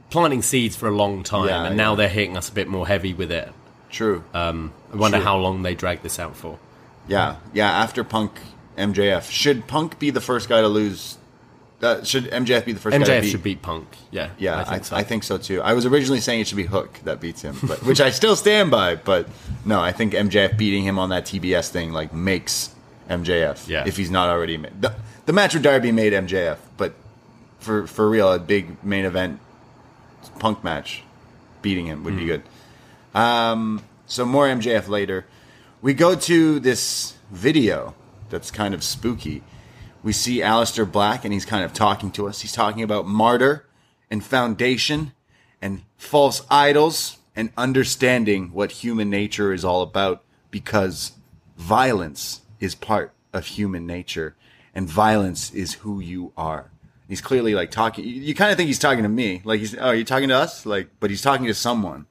planting seeds for a long time, Yeah, and now yeah. they're hitting us a bit more heavy with it. true. uh, I wonder Sure. how long they drag this out for. yeah. Yeah. After Punk, MJF should Punk be the first guy to lose? Uh, should MJF be the first? guy to MJF beat? should beat Punk. Yeah, Yeah, I think so. too. I was originally saying it should be Hook that beats him, but which I still stand by. But no, I think MJF beating him on that TBS thing like makes MJF. Yeah. if he's not already ma- the, the match with Darby made MJF, but for for real, a big main event Punk match beating him Hmm. would be good. So more MJF later. We go to this video that's kind of spooky. We see Alistair Black and he's kind of talking to us. He's talking about martyr and foundation and false idols and understanding what human nature is all about because violence is part of human nature and violence is who you are. He's clearly like talking. You, you kind of think he's talking to me. Like he's, oh, you talking to us? Like, but he's talking to someone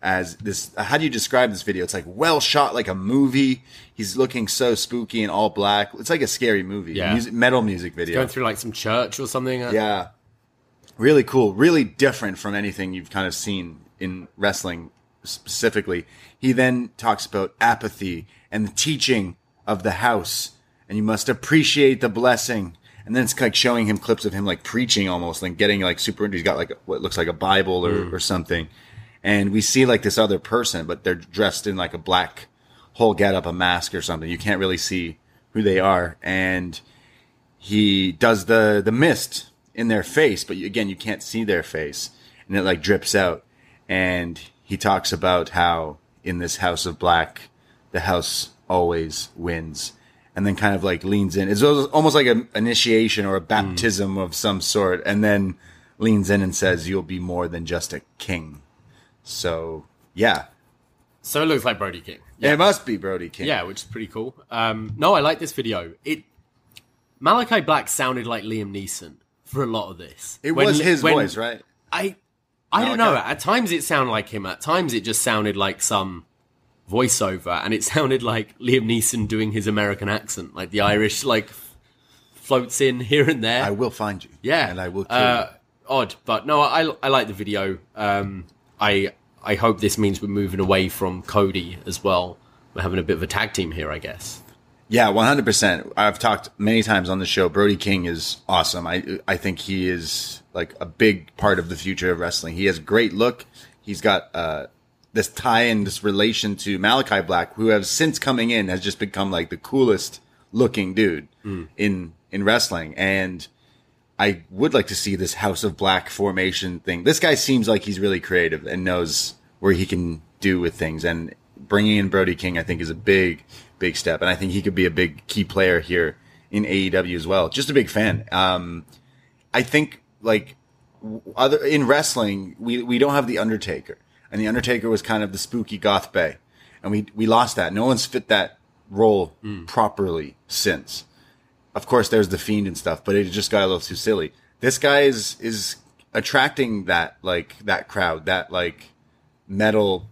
as this how do you describe this video it's like well shot like a movie he's looking so spooky and all black it's like a scary movie Yeah. music, metal music video Going through like some church or something. uh, yeah really cool really different from anything you've kind of seen in wrestling specifically he then talks about apathy and the teaching of the house and you must appreciate the blessing and then it's like showing him clips of him like preaching almost and getting like super into he's got like what looks like a bible or, or something and we see like this other person but they're dressed in like a black whole get up a mask or something you can't really see who who they are, and he does the the mist in their face, but you, again, you can't see their face, and it like drips out. And he talks about how in this house of black, the house always wins, and then kind of like leans in. It's al- almost like an initiation or a baptism of some sort, and then leans in and says, "You'll be more than just a king." So yeah, So it looks like Brody King. it must be Brody King. Yeah, which is pretty cool. Um, no, I like this video. It Malachi Black sounded like Liam Neeson for a lot of this. it When- was his when- voice, right? I I don't know. Malachi. At times it sounded like him. At times it just sounded like some voiceover, and it sounded like Liam Neeson doing his American accent, like the Irish like floats in here and there. I will find you. Yeah, and I will kill Uh, odd, but no, I I like the video. Um, I I hope this means we're moving away from Cody as well. We're having a bit of a tag team here, I guess. you. Yeah, one hundred percent. I've talked many times on the show. Brody King is awesome. I I think he is like a big part of the future of wrestling. He has great look. He's got uh this tie and this relation to Malachi Black, who has since coming in has just become like the coolest looking dude in in wrestling and. I would like to see this House of Black formation thing. This guy seems like he's really creative and knows where he can do with things. And bringing in Brody King, I think, is a big, big step. And I think he could be a big key player here in AEW as well. Just a big fan. Um, I think like w- other in wrestling, we we don't have the Undertaker, and the Undertaker was kind of the spooky goth bay, and we we lost that. No one's fit that role properly since. Of course, there's the Fiend and stuff, but it just got a little too silly. This guy is is attracting that like that crowd, that like metal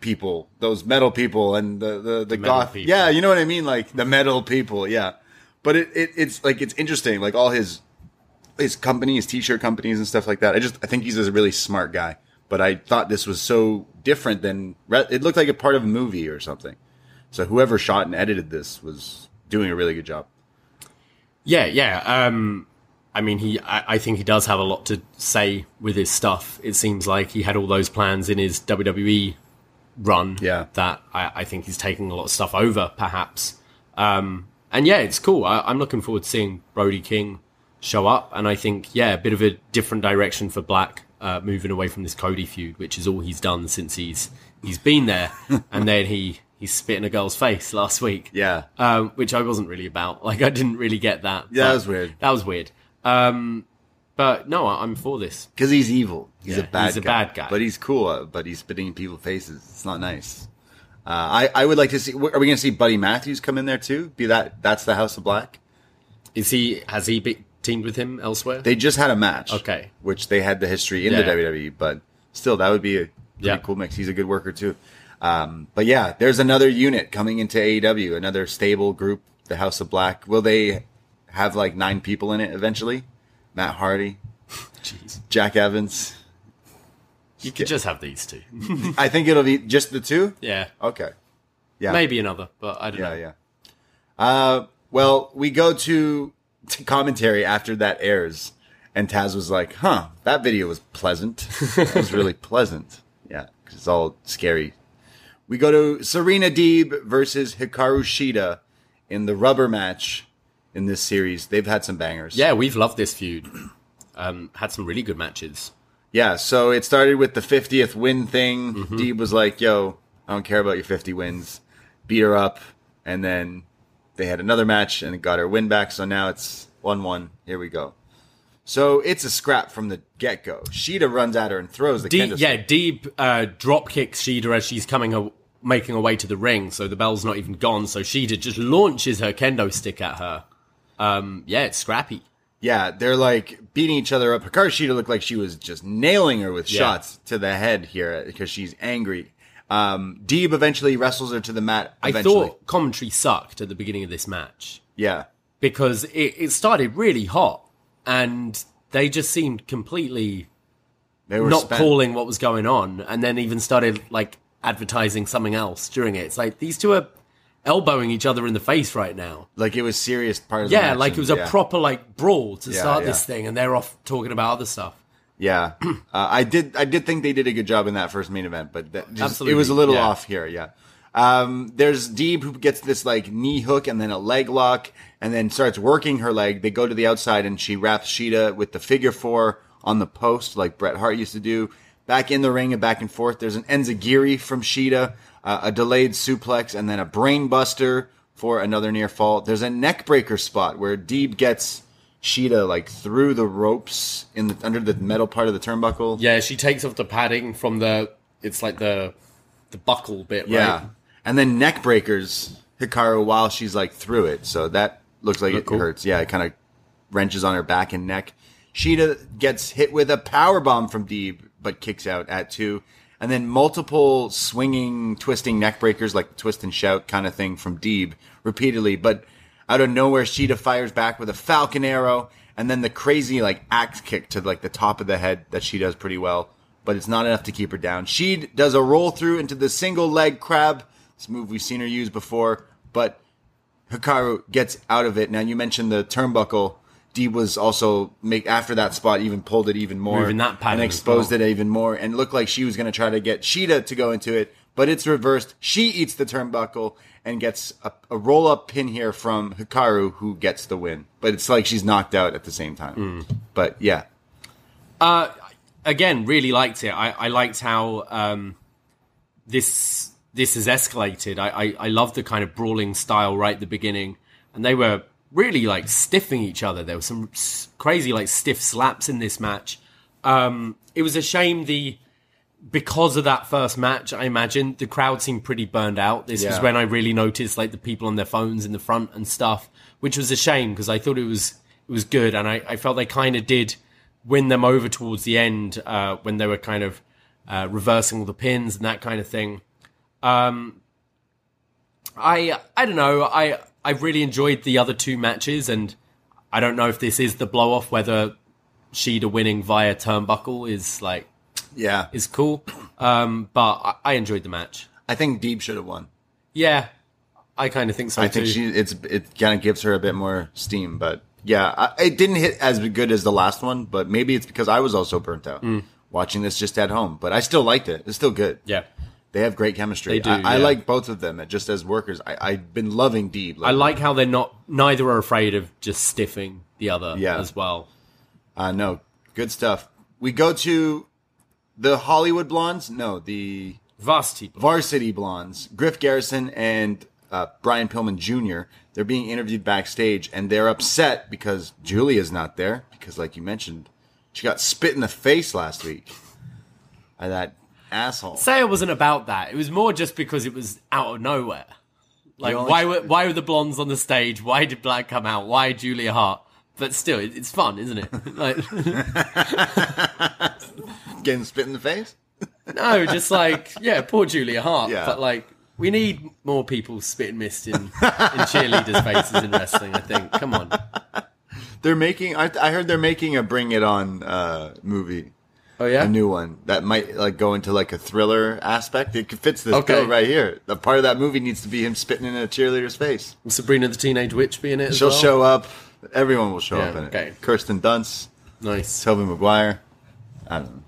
people, those metal people, and the the, the metal goth. people. Yeah, you know what I mean, like the metal people. Yeah, but it, it it's like it's interesting. Like all his his company, his t-shirt companies and stuff like that. I just I think he's a really smart guy. But I thought this was so different than re- it looked like a part of a movie or something. So whoever shot and edited this was doing a really good job. Yeah, yeah. Um, I mean, he. I, I think he does have a lot to say with his stuff. It seems like he had all those plans in his WWE run. Yeah. that I, I think he's taking a lot of stuff over, perhaps. Um, and yeah, it's cool. I, I'm looking forward to seeing Brody King show up, and I think yeah, a bit of a different direction for Black, uh, moving away from this Cody feud, which is all he's done since he's he's been there, and then he he spit in a girl's face last week Yeah, um, which I wasn't really about. Like I didn't really get that. Yeah, that But- was weird. That was weird. Um, but no, I- I'm for this. because he's evil. He's Yeah, a bad. he's a guy. bad guy. but he's cool. uh, But he's spitting in people's faces. It's not nice. Uh, I I would like to see. Are we going to see Buddy Matthews come in there too? Be that that's the House of Black. Is he? Has he be- teamed with him elsewhere? They just had a match. Okay. Which they had the history in Yeah. the WWE, but still, that would be a pretty Yeah. cool mix. He's a good worker too. Um, but yeah, there's another unit coming into AEW, another stable group, the House of Black. Will they have like nine people in it eventually? Matt Hardy, Jeez. Jack Evans. You could just have these two. I think it'll be just the two. Yeah. Okay. Oh, Yeah. Maybe another, but I don't Yeah, know. yeah. Uh, well, we go to, to commentary after that airs, and Taz was like, "Huh, that video was pleasant. It was really pleasant. Yeah, 'cause it's all scary." We go to Serena Deeb versus Hikaru Shida in the rubber match in this series. They've had some bangers. Yeah, we've loved this feud. Um, had some really good matches. Yeah, so it started with the 50th win thing. Mm-hmm. Deeb was like, yo, I don't care about your 50 wins. Beat her up. And then they had another match and got her win back. So now it's 1 1. Here we go. So it's a scrap from the get go. Sheeta runs at her and throws the Deep, kendo stick. yeah, Deeb uh, drop kicks Sheeda as she's coming, a- making her way to the ring. So the bell's not even gone. So Sheeda just launches her kendo stick at her. Um, yeah, it's scrappy. Yeah, they're like beating each other up. Hikaru Shida looked like she was just nailing her with Yeah. shots to the head here because she's angry. Um, Deeb eventually wrestles her to the mat. Eventually. I thought commentary sucked at the beginning of this match Yeah. because it, it started really hot and they just seemed completely They were not spent. calling what was going on and then even started like advertising something else during it. It's like these two are elbowing each other in the face right now. Like it was serious part of the Yeah, match like and- it was a yeah. proper like brawl to Yeah, start yeah. this thing and they're off talking about other stuff. Yeah, uh, I did. I did think they did a good job in that first main event, but that just, Absolutely, it was a little yeah. off here. Yeah. Um, there's Deeb who gets this like knee hook and then a leg lock and then starts working her leg. They go to the outside and she wraps Sheeta with the figure four on the post like Bret Hart used to do. Back in the ring and back and forth. There's an Enzigiri from Sheeta, uh, a delayed suplex and then a brain buster for another near fall. There's a neck breaker spot where Deeb gets Sheeta like through the ropes in the, under the metal part of the turnbuckle. Yeah, she takes off the padding from the. It's like the the buckle bit, Yeah. right? And then neck breakers Hikaru while she's like through it. So that looks like it hurts. Yeah, it kind of wrenches on her back and neck. Sheeta gets hit with a power bomb from Deeb, but kicks out at two. And then multiple swinging, twisting neck breakers, like the twist and shout kind of thing from Deeb repeatedly. But out of nowhere, Sheeta fires back with a Falcon arrow and then the crazy like axe kick to like the top of the head that she does pretty well but it's not enough to keep her down. She does a roll through into the single leg crab. This move we've seen her use before, but Hikaru gets out of it. Now you mentioned the turnbuckle. Dee was also make after that spot even pulled it even more Moving that pattern and as exposed well. it even more and looked like she was going to try to get Sheeta to go into it, but it's reversed. She eats the turnbuckle and gets a, a roll up pin here from Hikaru who gets the win. But it's like she's knocked out at the same time. Mm. But yeah, Uh, Again, really liked it. I, I liked how um, this this has escalated. I, I I love the kind of brawling style right at the beginning, and they were really like stiffing each other. There were some s- crazy like stiff slaps in this match. Um, it was a shame the because of that first match, I imagine the crowd seemed pretty burned out. This was Yeah. when I really noticed like the people on their phones in the front and stuff, which was a shame because I thought it was it was good, and I, I felt they kind of did win them over towards the end uh, when they were kind of uh, reversing all the pins and that kind of thing. Um, I I don't know. I I really enjoyed the other two matches, and I don't know if this is the blow off. Whether Sheeda winning via turnbuckle is like yeah. is cool, um, but I, I enjoyed the match. I think Deeb should have won. Yeah, I kind of think so I too. think she it's it kind of gives her a bit more steam, but yeah, I, it didn't hit as good as the last one, but maybe it's because I was also burnt out watching this just at home. But I still liked it; it's still good. Mm. yeah, they have great chemistry. They do, I, I yeah. like both of them, uh, just as workers. I, I've been loving Deeb. I lately. like how they're not neither are afraid of just stiffing the other Yeah. as well. Uh, no, good stuff. We go to the Hollywood Blondes. No, the Varsity. Blonde. Varsity Blondes, Griff Garrison and uh, Brian Pillman Jr. They're being interviewed backstage, and they're upset because Julia's not there. Because, like you mentioned, she got spit in the face last week by that asshole. Say it wasn't about that. It was more just because it was out of nowhere. Like You only- why were why were the blondes on the stage? Why did Black come out? Why Julia Hart? But still, it, it's fun, isn't it? like Getting spit in the face. no, just like yeah, poor Julia Hart. Yeah. But like we need more people spit and mist in, in cheerleaders' faces in wrestling. I think. Come on. They're making. I, I heard they're making a Bring It On uh, movie, Oh yeah. a new one that might like go into like a thriller aspect. It fits this Okay. bill right here. The part of that movie needs to be him spitting in a cheerleader's face. Sabrina the Teenage Witch be in it. as She'll well? show up. Everyone will show Yeah, up in okay. it. Kirsten Dunst, Nice. Toby Maguire. I don't know.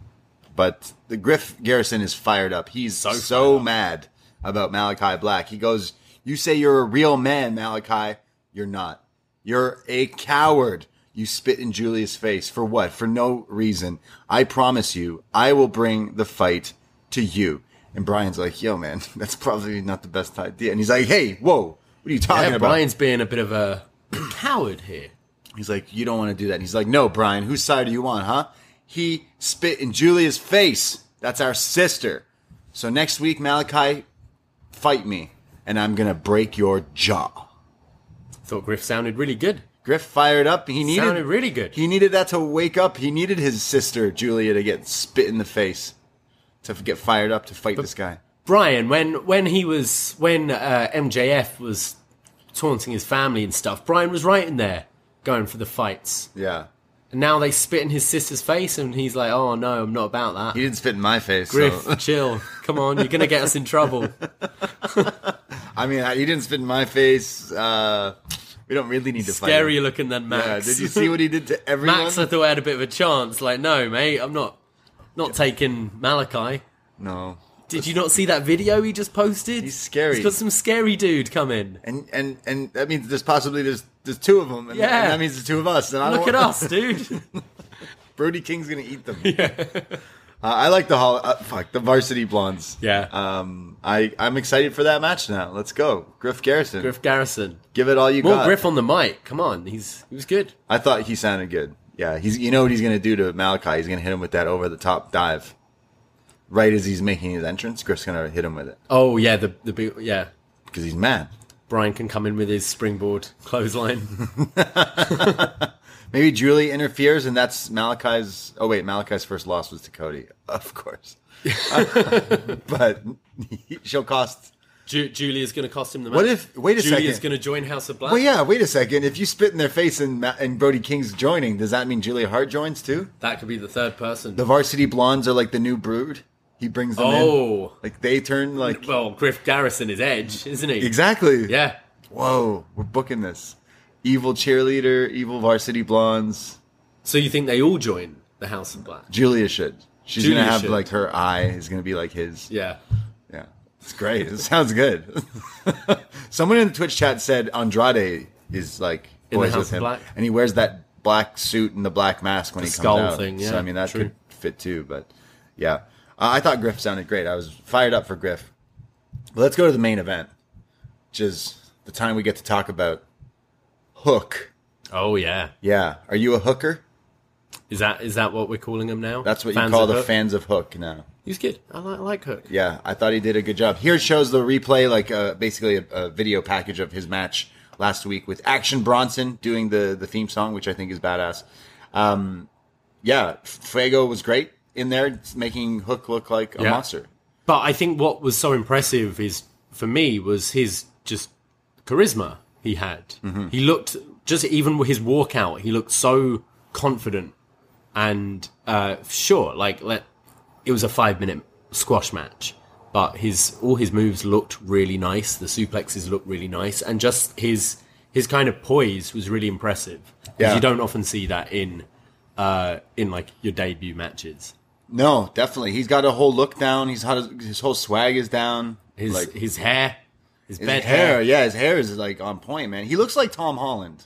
But the Griff Garrison is fired up. He's so, mad about Malachi Black. He goes, You say you're a real man, Malachi. You're not. You're a coward. You spit in Julia's face. For what? For no reason. I promise you, I will bring the fight to you. And Brian's like, Yo, man, that's probably not the best idea. And he's like, Hey, whoa, what are you talking Yeah, about? Brian's being a bit of a coward here. He's like, you don't want to do that. And he's like, no, Brian, whose side are you on, huh? He spit in Julia's face. That's our sister. So next week, Malachi, fight me, and I'm gonna break your jaw. Thought Griff sounded really good. Griff fired up. He needed Sounded really good. He needed that to wake up. He needed his sister Julia to get spit in the face, to get fired up to fight this guy. Brian, when when he was when uh, MJF was taunting his family and stuff, Brian was right in there going for the fights. Yeah, And now they spit in his sister's face, and he's like, "Oh no, I'm not about that." he didn't spit in my face. Griff, so- chill. Come on, you're gonna get us in trouble. I mean, he didn't spit in my face. Uh, we don't really need to fight. Scarier him. looking than Yeah, Max. did you see what he did to everyone? Max, I thought I had a bit of a chance. Like, no, mate, I'm not not taking Malachi. No. Did you not see that video he just posted? He's scary. He's got some scary dude coming. And and and that means there's possibly there's there's two of them. And, Yeah. and that means the two of us. And I Look don't at want- us, dude. Brody King's gonna eat them. Yeah. Uh, I like the hol- uh, fuck the varsity blondes. Yeah. Um. I I'm excited for that match now. Let's go, Griff Garrison. Griff Garrison. Give it all you More got. Griff on the mic. Come on, he's he was good. I thought he sounded good. Yeah, he's you know what he's gonna do to Malachi? He's gonna hit him with that over the top dive. Right as he's making his entrance, Griff's gonna hit him with it Oh yeah, the the big- yeah. because he's mad. Brian can come in with his springboard clothesline. Maybe Julie interferes, and that's Malachi's. Oh wait, Malachi's first loss was to Cody, of course. but she'll cost. Ju- Julia's going to cost him the match. What if- wait a Julia's second. going to join House of Black. Well, yeah. Wait a second. If you spit in their face and Ma- and Brody King's joining, does that mean Julia Hart joins too? That could be the third person. The Varsity Blondes are like the new brood. He brings them in. oh, Like they turn like well, Griff Garrison is Edge, isn't he? exactly. Yeah. Whoa, we're booking this. Evil cheerleader, evil varsity blondes. So you think they all join the House of Black? Julia should. She's Julia gonna have should. like her eye is gonna be like his. Yeah. Yeah. It's great. It sounds good. Someone in the Twitch chat said Andrade is like In the boys House with of him. Black? And he wears that black suit and the black mask when The he comes skull out. thing, so yeah, I mean that true. could fit too, but yeah. Uh, I thought Griff sounded great. I was fired up for Griff. But let's go to the main event, which is the time we get to talk about Hook. Oh yeah. Yeah. Are you a hooker? Is that is that what we're calling him now? That's what Fans you call of the Hook? fans of Hook now. He's good. I like, I like Hook. Yeah, I thought he did a good job. Here shows the replay, like uh, basically a, a video package of his match last week with Action Bronson doing the, the theme song, which I think is badass. Um, yeah, Fuego was great in there, making Hook look like a Yeah. monster. But I think what was so impressive is for me was his just charisma he had. He looked just even with his walkout, he looked so confident and uh, sure. Like let it was a five minute squash match, but his all his moves looked really nice. The suplexes looked really nice, and just his his kind of poise was really impressive. 'Cause Yeah. you don't often see that in uh, in like your debut matches. No, definitely. He's got a whole look down. He's had his whole swag is down. His like his his hair, his, bed hair, yeah, his hair is like on point, man. He looks like Tom Holland.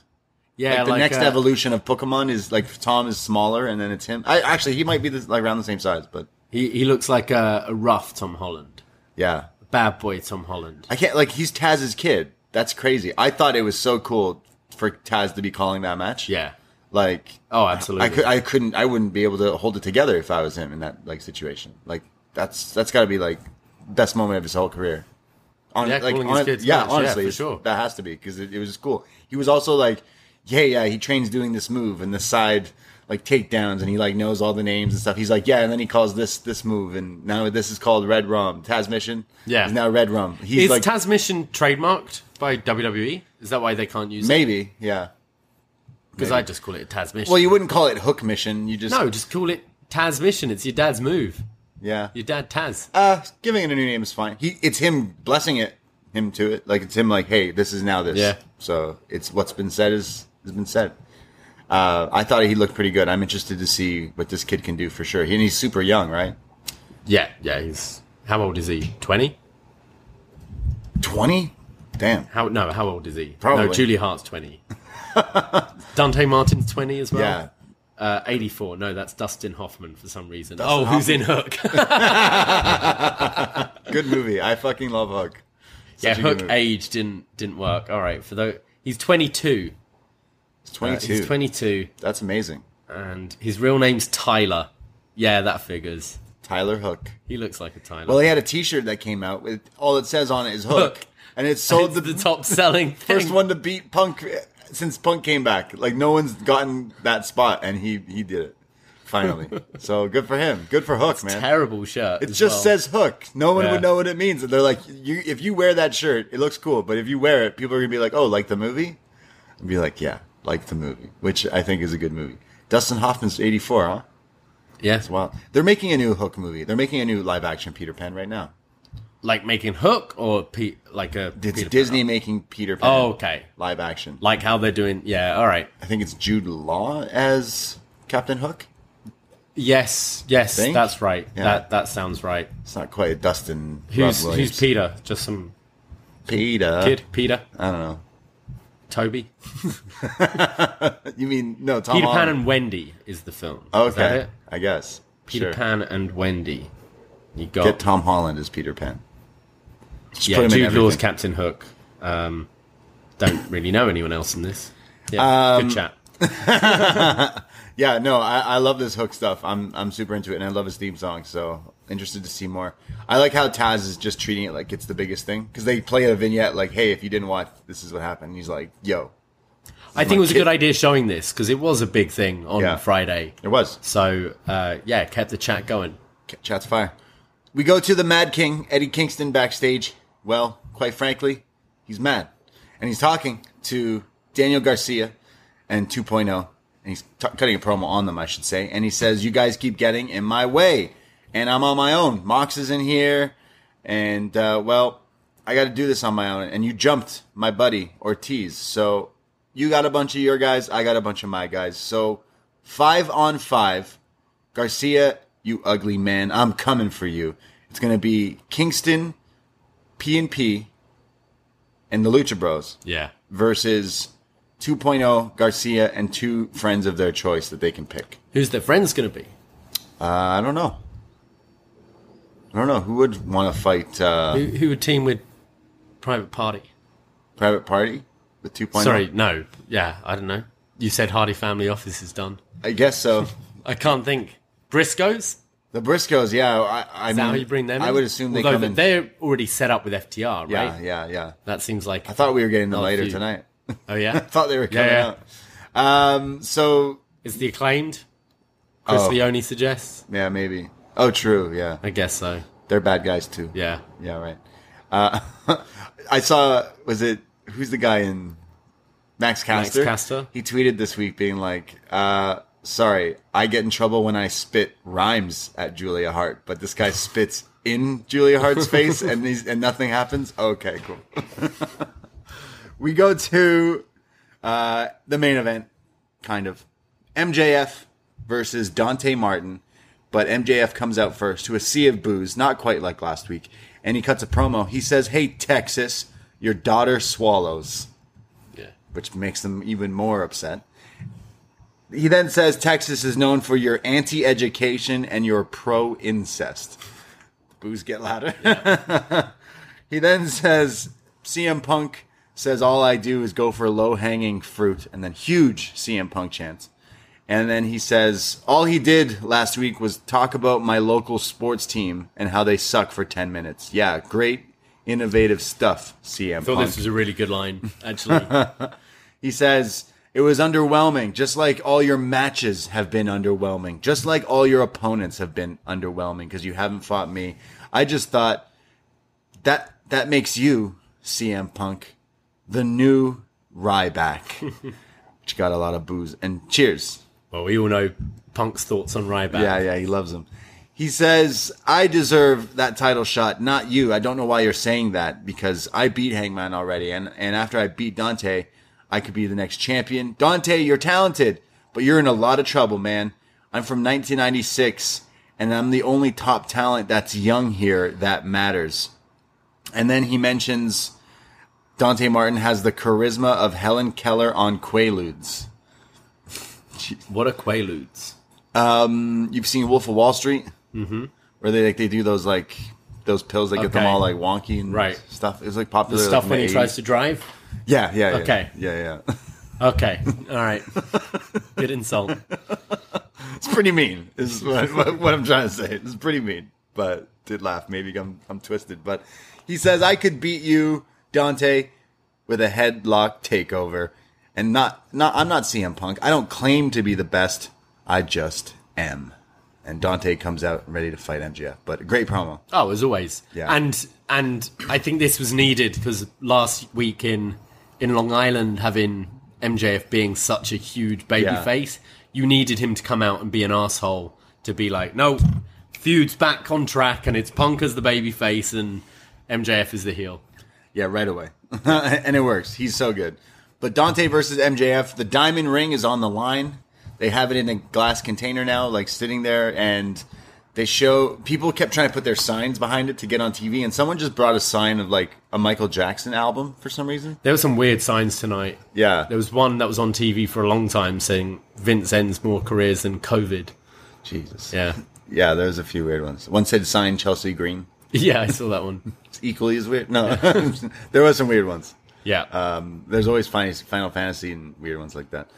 Yeah, Like the next uh, evolution of Pokemon is like Tom is smaller and then it's him. I actually he might be this, like around the same size, but He he looks like a, a rough Tom Holland, yeah, bad boy Tom Holland. I can't like he's Taz's kid. That's crazy. I thought it was so cool for Taz to be calling that match. Yeah. like Oh, absolutely. I could I couldn't I wouldn't be able to hold it together if I was him in that like situation. Like that's that's got to be like best moment of his whole career. On, Yeah, like, calling his hon- kids yeah, match. Yeah, honestly, for it's- sure. that has to be because it, it was just cool. He was also like, yeah, yeah, he trains doing this move and the side like takedowns, and he like knows all the names and stuff. He's like, yeah, and then he calls this this move, and now this is called Red Rum Taz Mission. Yeah. is now Red Rum. He's Is like Taz Mission trademarked by WWE? Is that why they can't use it? Maybe, yeah. Because I just call it Taz Mission. Well, you wouldn't call it hook mission. You just no, just call it Taz Mission. It's your dad's move. yeah. Your dad Taz. Uh, giving it a new name is fine. He, it's him blessing it, him to it. Like it's him, like, hey, this is now this. Yeah. So it's what's been said is has been said. Uh, I thought he looked pretty good. I'm interested to see what this kid can do for sure. He, and he's super young, right? Yeah, yeah. He's how old is he? Twenty? Twenty. Damn. How no? How old is he? No, Probably. Julie Hart's twenty. Dante Martin's twenty as well. Yeah. Uh, 84. No, that's Dustin Hoffman for some reason. Dustin oh, who's Hoffman. in Hook? Good movie. I fucking love Hook. Uh, Such yeah, a good Hook movie. age didn't didn't work. All right, for though he's 22. He's Uh, 22. He's 22, That's amazing. and his real name's Tyler. Yeah, that figures. Tyler Hook. He looks like a Tyler. Well, he had a T-shirt that came out with all it says on it is Hook, Hook. and it sold it's the the top selling thing. first one to beat Punk eh, since Punk came back. Like no one's gotten that spot, and he he did it finally. so good for him. Good for Hook, man. Terrible shirt. it just says Hook. No one Yeah. would know what it means. And they're like, you if you wear that shirt, it looks cool. But if you wear it, people are gonna be like, oh, like the movie, and be like, yeah, like the movie, which I think is a good movie. Dustin Hoffman's eighty four, huh? yeah, Wow. They're making a new Hook movie. They're making a new live action Peter Pan right now. like making Hook or Pete, like a It's Peter Pan? Disney making Peter Pan. Oh, okay. Live action. Like how they're doing. Yeah, all right. I think it's Jude Law as Captain Hook. Yes, yes, Think? that's right. Yeah. That that sounds right. It's not quite a Dustin. Who's Rob who's Williams. Peter? Just some Peter? kid, Peter, I don't know. Toby, You mean no Tom? Peter Pan Holland. and Wendy is the film. okay, Is that it? I guess. Peter Sure. Pan and Wendy. You got Get Tom Holland as Peter Pan. Just yeah, put him in Jude Law's everything. Captain Hook. Um, don't really know anyone else in this. Yeah, Um, good chat. Yeah, no, I, I love this hook stuff. I'm I'm super into it, and I love his theme song. So interested to see more. I like how Taz is just treating it like it's the biggest thing because they play a vignette like, "Hey, if you didn't watch, this is what happened." And he's like, "Yo, I think it was a kid- good idea showing this because it was a big thing on Yeah. Friday. it was So uh, yeah, kept the chat going. Chat's fire. We go to the Mad King, Eddie Kingston, backstage. Well, quite frankly, he's mad. And he's talking to Daniel Garcia and 2.0. And he's t- cutting a promo on them, I should say. And he says, You guys keep getting in my way. And I'm on my own. Mox is in here. And, uh, well, I got to do this on my own. And you jumped my buddy, Ortiz. So you got a bunch of your guys. I got a bunch of my guys. So five on five. Garcia, you ugly man, I'm coming for you. It's going to be Kingston, P and P, and the Lucha Bros Yeah, versus 2.0 Garcia and two friends of their choice that they can pick. who's their friends going to be? Uh, I don't know. I don't know who would want to fight uh, Who, who would team with Private Party? Private Party with oh? 2.0. Sorry, no. Yeah, I don't know. You said Hardy Family Office is done. I guess so. I can't think. Briscoes? The Briscoes, yeah. I, I Is mean, that how you bring them? I in? would assume they Although come th- in. They're already set up with FTR, right? Yeah, yeah, yeah. That seems like. I thought we were getting them Another later feud. tonight. Oh yeah. thought they were coming yeah. out. Um, so is the acclaimed? Chris Oh. Leone suggests. Yeah, maybe. Oh, true. Yeah, I guess so. they're bad guys too. Yeah. yeah, right. Uh, I saw. Was it who's the guy in Max Caster? Caster? He tweeted this week, being like, uh, "Sorry, I get in trouble when I spit rhymes at Julia Hart, but this guy spits in Julia Hart's face, and these and nothing happens." Okay, cool. we go to uh, the main event, kind of. MJF versus Dante Martin, but MJF comes out first to a sea of boos, not quite like last week, and he cuts a promo. He says, "Hey Texas, your daughter swallows," Yeah. which makes them even more upset. He then says, "Texas is known for your anti-education and your pro-incest." The boos get louder. He then says, CM Punk says, All I do is go for low hanging fruit. And then huge CM Punk chants. And then he says, All he did last week was talk about my local sports team and how they suck for 10 minutes. Yeah, great, innovative stuff, CM Thought Punk. this was a really good line, actually. He says, It was underwhelming, just like all your matches have been underwhelming, just like all your opponents have been underwhelming because you haven't fought me. I just thought that that makes you, CM Punk, the new Ryback. Which got a lot of booze and cheers. well, we all know Punk's thoughts on Ryback. Yeah, yeah, he loves him. He says, I deserve that title shot, not you. I don't know why you're saying that because I beat Hangman already. And, and after I beat Dante, I could be the next champion. Dante, you're talented, but you're in a lot of trouble, man. I'm from 1996 and I'm the only top talent that's young here that matters. And then he mentions Dante Martin has the charisma of Helen Keller on Quaaludes. What are Quaaludes? You've seen Wolf of Wall Street, mm-hmm. where they like they do those like those pills that get them Okay. all like wonky and Right. stuff. It was like popular like, Stuff in when the he tries 80s. to drive. Yeah, yeah, yeah. Okay. yeah, yeah. Okay. All right. Good insult. It's pretty mean. Is what, what, what I'm trying to say. It's pretty mean, but did laugh. Maybe I'm I'm twisted, but he says I could beat you, Dante, with a headlock takeover, and not not I'm not CM Punk. I don't claim to be the best. I just am. And Dante comes out ready to fight MJF, but great promo. Oh, as always. Yeah. And and I think this was needed because last week in in Long Island, having MJF being such a huge baby Yeah. face, you needed him to come out and be an asshole to be like, no, feud's back on track, and it's Punk as the baby face and MJF is the heel. Yeah, right away. and it works. He's so good. But Dante versus MJF, the diamond ring is on the line. They have it in a glass container now, like sitting there, and they show people kept trying to put their signs behind it to get on TV, and someone just brought a sign of like a Michael Jackson album for some reason. There were some weird signs tonight. Yeah. There was one that was on TV for a long time saying Vince ends more careers than COVID. Jesus. Yeah. Yeah, there was a few weird ones. One said sign Chelsea Green. Yeah, I saw that one. It's equally as weird. No, there was some weird ones. Yeah. Um, there's always fin- Final Fantasy and weird ones like that.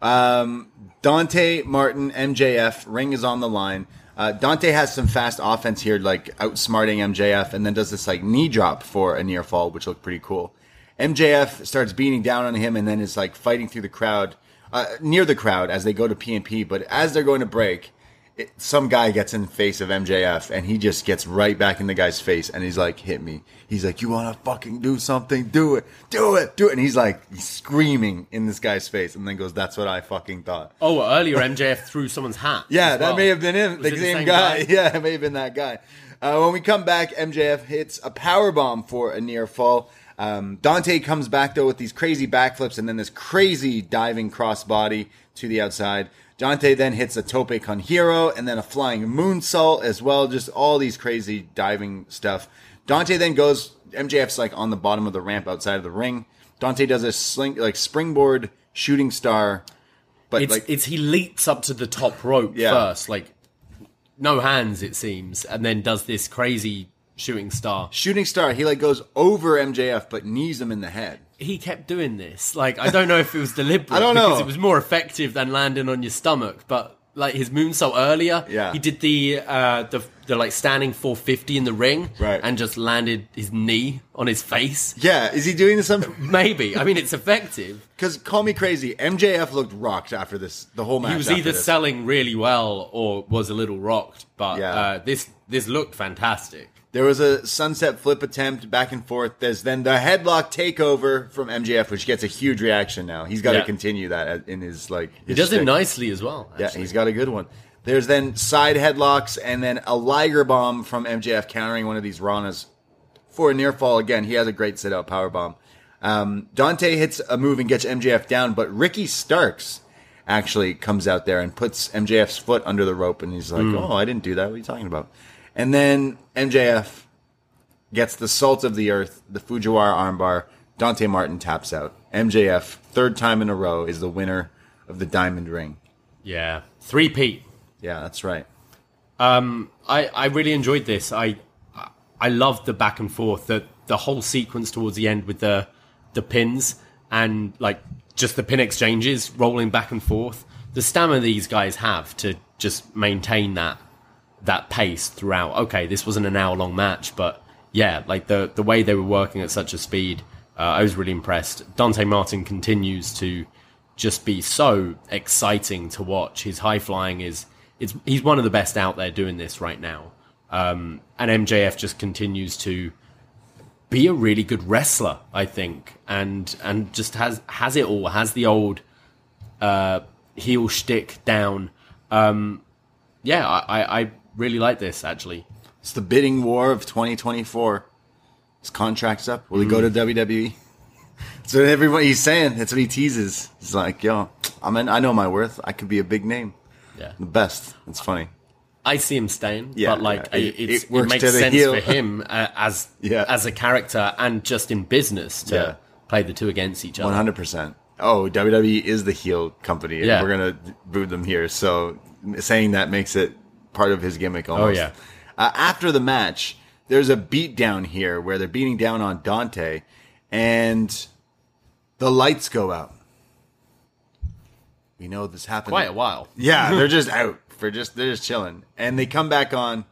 Um, Dante Martin, MJF, ring is on the line. Uh, Dante has some fast offense here, like outsmarting MJF, and then does this like knee drop for a near fall, which looked pretty cool. MJF starts beating down on him, and then is like fighting through the crowd, uh, near the crowd as they go to PMP. But as they're going to break, it, some guy gets in the face of MJF and he just gets right back in the guy's face and he's like, hit me. He's like, you want to fucking do something? Do it. Do it. Do it. And he's like screaming in this guy's face and then goes, that's what I fucking thought. oh, well, earlier MJF threw someone's hat. Yeah, as that well. may have been him. Was The it same, the same guy. guy? Yeah, it may have been that guy. Uh, when we come back, MJF hits a power bomb for a near fall. Um, Dante comes back though with these crazy backflips and then this crazy diving crossbody to the outside. Dante then hits a tope con hero and then a flying moonsault as well. Just all these crazy diving stuff. Dante then goes. MJF's like on the bottom of the ramp outside of the ring. Dante does a sling like springboard shooting star, but It's, like it's he leaps up to the top rope Yeah. first, like no hands it seems, and then does this crazy shooting star. shooting star. He like goes over MJF but knees him in the head. He kept doing this. Like I don't know if it was deliberate. I don't know. because it was more effective than landing on your stomach, but. Like his moonsault earlier, Yeah. he did the uh, the the like standing 450 in the ring, Right. and just landed his knee on his face. Yeah, is he doing this? Maybe I mean it's effective. Because call me crazy, MJF looked rocked after this. The whole match. he was after either this. selling really well or was a little rocked. But Yeah. uh, this this looked fantastic. There was a sunset flip attempt back and forth. There's then the headlock takeover from MJF, which gets a huge reaction. Now he's got to Yeah. continue that in his like. He his does it shtick. nicely as well. Yeah, Actually. he's got a good one. There's then side headlocks and then a Liger bomb from MJF countering one of these Ranas for a near fall. Again, he has a great sit out power bomb. Um, Dante hits a move and gets MJF down, but Ricky Starks actually comes out there and puts MJF's foot under the rope, and he's like, "Oh, I didn't do that. What are you talking about?" And then MJF gets the salt of the earth, the Fujiwara armbar. Dante Martin taps out. MJF, third time in a row, is the winner of the Diamond Ring. yeah. Three Pete. Yeah, that's right. I, I really enjoyed this. I I loved the back and forth, the the whole sequence towards the end with the the pins and like just the pin exchanges rolling back and forth. The stamina these guys have to just maintain that that pace throughout. Okay, this wasn't an hour long match, but yeah, like the the way they were working at such a speed, uh, I was really impressed. Dante Martin continues to just be so exciting to watch. His high flying is it's he's one of the best out there doing this right now. Um, and MJF just continues to be a really good wrestler, I think, and and just has has it all, has the old uh, heel shtick down. Um, yeah, I, I, I really like this actually. It's the bidding war of 2024. His contract's up. Will he go to WWE? That's what everyone he's saying. That's what he teases. He's like, "Yo, I mean, I know my worth. I could be a big name, Yeah, the best." It's funny. I see him staying, Yeah, but like yeah, I- it- it's, it it, works makes to the sense heel. for him uh, as Yeah. as a character and just in business to Yeah. play the two against each other. 100%. Oh, WWE is the heel company, and Yeah. we're going to boo them here. So saying that makes it part of his gimmick almost. Oh, yeah. Uh, after the match, there's a beatdown here where they're beating down on Dante, and the lights go out. We know this happened. Quite a while. Yeah, they're just out for just they're just chilling, and they come back on.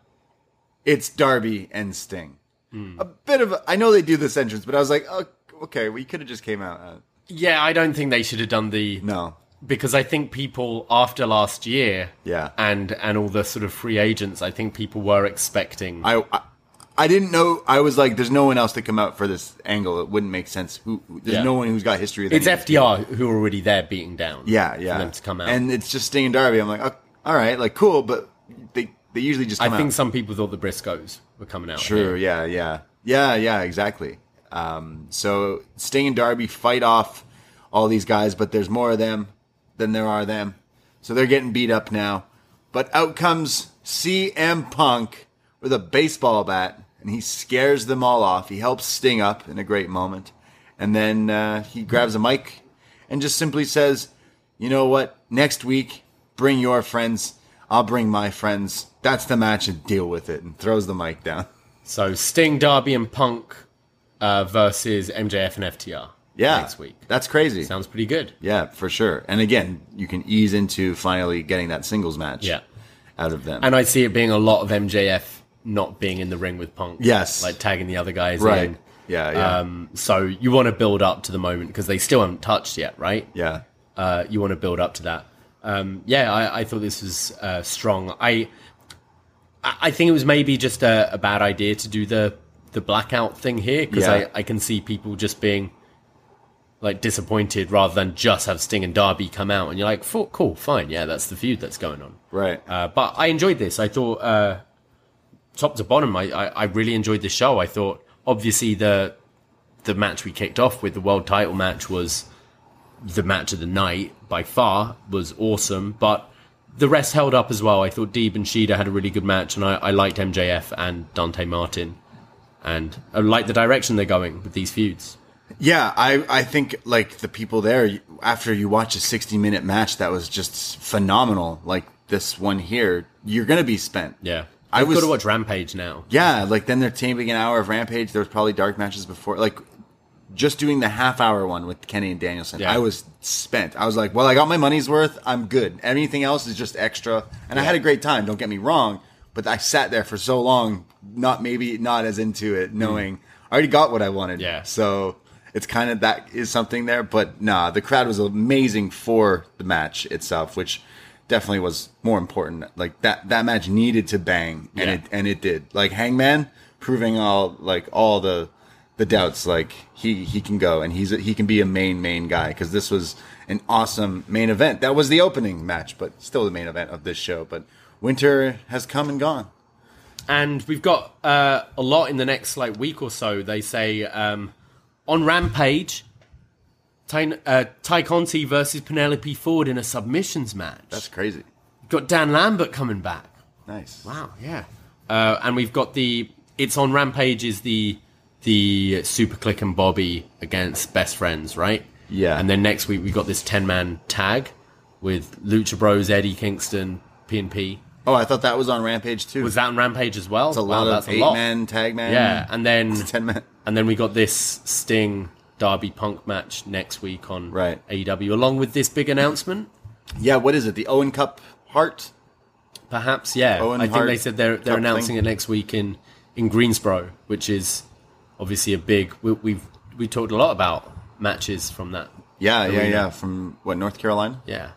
It's Darby and Sting. Hmm. A bit of a, I know they do this entrance, but I was like, oh, okay, we could have just came out. Uh, Yeah, I don't think they should have done the no, because I think people after last year, Yeah. and and all the sort of free agents, I think people were expecting. I, I I didn't know. I was like, there's no one else to come out for this angle. It wouldn't make sense. Who? There's Yeah. no one who's got history. With it's any of these FDR who are already there beating down. people. Yeah, yeah. for them to come out. and it's just Sting and Darby. I'm like, oh, all right, like cool, but they they usually just. I Come think out. some people thought the Briscoes were coming out. True. here. Yeah. Yeah. Yeah. Yeah. Exactly. Um, so Sting and Darby fight off all these guys, but there's more of them than there are them. So they're getting beat up now. But out comes CM Punk with a baseball bat, and he scares them all off. He helps Sting up in a great moment. And then uh, he grabs a mic and just simply says, You know what? Next week, bring your friends. I'll bring my friends. That's the match and deal with it. And throws the mic down. So Sting, Darby, and Punk uh, versus MJF and FTR. Yeah. next week. That's crazy. Sounds pretty good. yeah, for sure. And again, you can ease into finally getting that singles match Yeah. out of them. And I see it being a lot of MJF not being in the ring with Punk. Yes. like tagging the other guys right. in. Yeah, yeah. Um, so you want to build up to the moment because they still haven't touched yet, right? yeah. uh, you want to build up to that. Um, yeah, I, I thought this was uh, strong. I I I think it was maybe just a, a bad idea to do the the blackout thing here because Yeah. I, I can see people just being like disappointed rather than just have Sting and Darby come out and you're like, "Fu- cool, fine, yeah, that's the feud that's going on. Right. Uh, but I enjoyed this. I thought, uh, top to bottom, I, I, I really enjoyed the show. I thought, obviously, the the match we kicked off with the world title match was the match of the night by far, was awesome. But the rest held up as well. I thought Deeb and Sheeda had a really good match, and I, I liked MJF and Dante Martin, and I like the direction they're going with these feuds. Yeah, I, I think like the people there after you watch a 60 minute match that was just phenomenal like this one here you're gonna be spent Yeah, I I've was- got to watch Rampage now. yeah like then they're taping an hour of Rampage there was probably dark matches before like just doing the half hour one with Kenny and Danielson Yeah. I was spent I was like well I got my money's worth I'm good anything else is just extra and I had a great time don't get me wrong but I sat there for so long not maybe not as into it knowing I already got what I wanted Mm. Yeah. so it's kind of that is something there, but nah, the crowd was amazing for the match itself, which definitely was more important. Like that that match needed to bang, and Yeah. it and it did. Like Hangman proving all like all the the doubts, like he he can go and he's a, he can be a main main guy because this was an awesome main event. That was the opening match, but still the main event of this show. But winter has come and gone. and we've got uh, a lot in the next like week or so. They say um, on Rampage, Ty, uh, Ty Conti versus Penelope Ford in a submissions match. That's crazy. We've got Dan Lambert coming back. Nice. Wow, yeah. Uh, and we've got the it's on Rampage is the the Super Click and Bobby against Best Friends, right? Yeah. And then next week we got this ten man tag with Lucha Bros, Eddie Kingston, PNP. Oh, I thought that was on Rampage too. Was that on Rampage as well? That's a Wow, lot that's of eight man tag man. Yeah, Um, and then ten man. And then we got this Sting Derby Punk match next week on Right. AEW, along with this big announcement. Yeah, what is it? The Owen Cup Heart? Perhaps, yeah. Owen I think Hart they said they're they're Cup thing. announcing it next week in in Greensboro, which is obviously a big. We, we've we talked a lot about matches from that. Yeah, yeah, Arena. yeah. From what North Carolina? Yeah,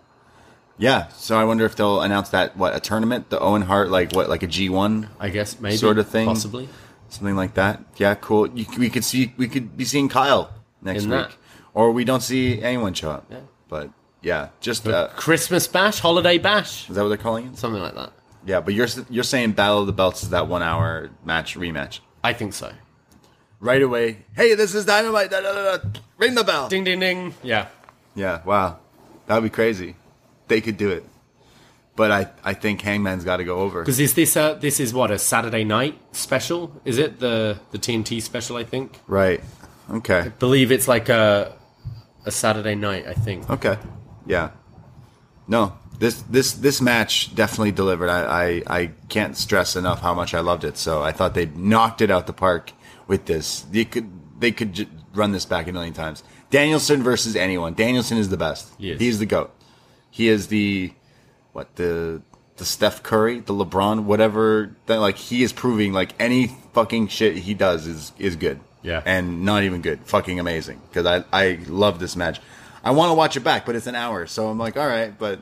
Yeah. So I wonder if they'll announce that what a tournament, the Owen Hart, like what, like a G one, I guess maybe Sort of thing. possibly. something like that. Yeah, cool. You, c- we could see we could be seeing Kyle next In week, that. or we don't see anyone show up. But yeah, just uh, Christmas bash, holiday bash, is that what they're calling it? something like that. Yeah, but you're s- you're saying Battle of the Belts is that one hour match rematch I think so. right away. Hey, this is Dynamite. Da, da, da, da. Ring the bell. Ding ding ding. Yeah, Yeah, wow. That would be crazy. They could do it. But I, I think Hangman's got to go over. because is this a, this is what a Saturday night special? Is it the the TNT special? I think. Right. Okay. believe it's like a a Saturday night, I think. Okay. Yeah. No, this this this match definitely delivered. I, I, I can't stress enough how much I loved it. So I thought they knocked it out the park with this. They could they could j- run this back a million times. Danielson versus anyone. Danielson is the best. He is. He's the goat. He is the what the the Steph Curry, the LeBron, whatever. That like he is proving like any fucking shit he does is is good. Yeah. and not even good, fucking amazing. Because I I love this match. I want to watch it back, but it's an hour, so I'm like, all right, but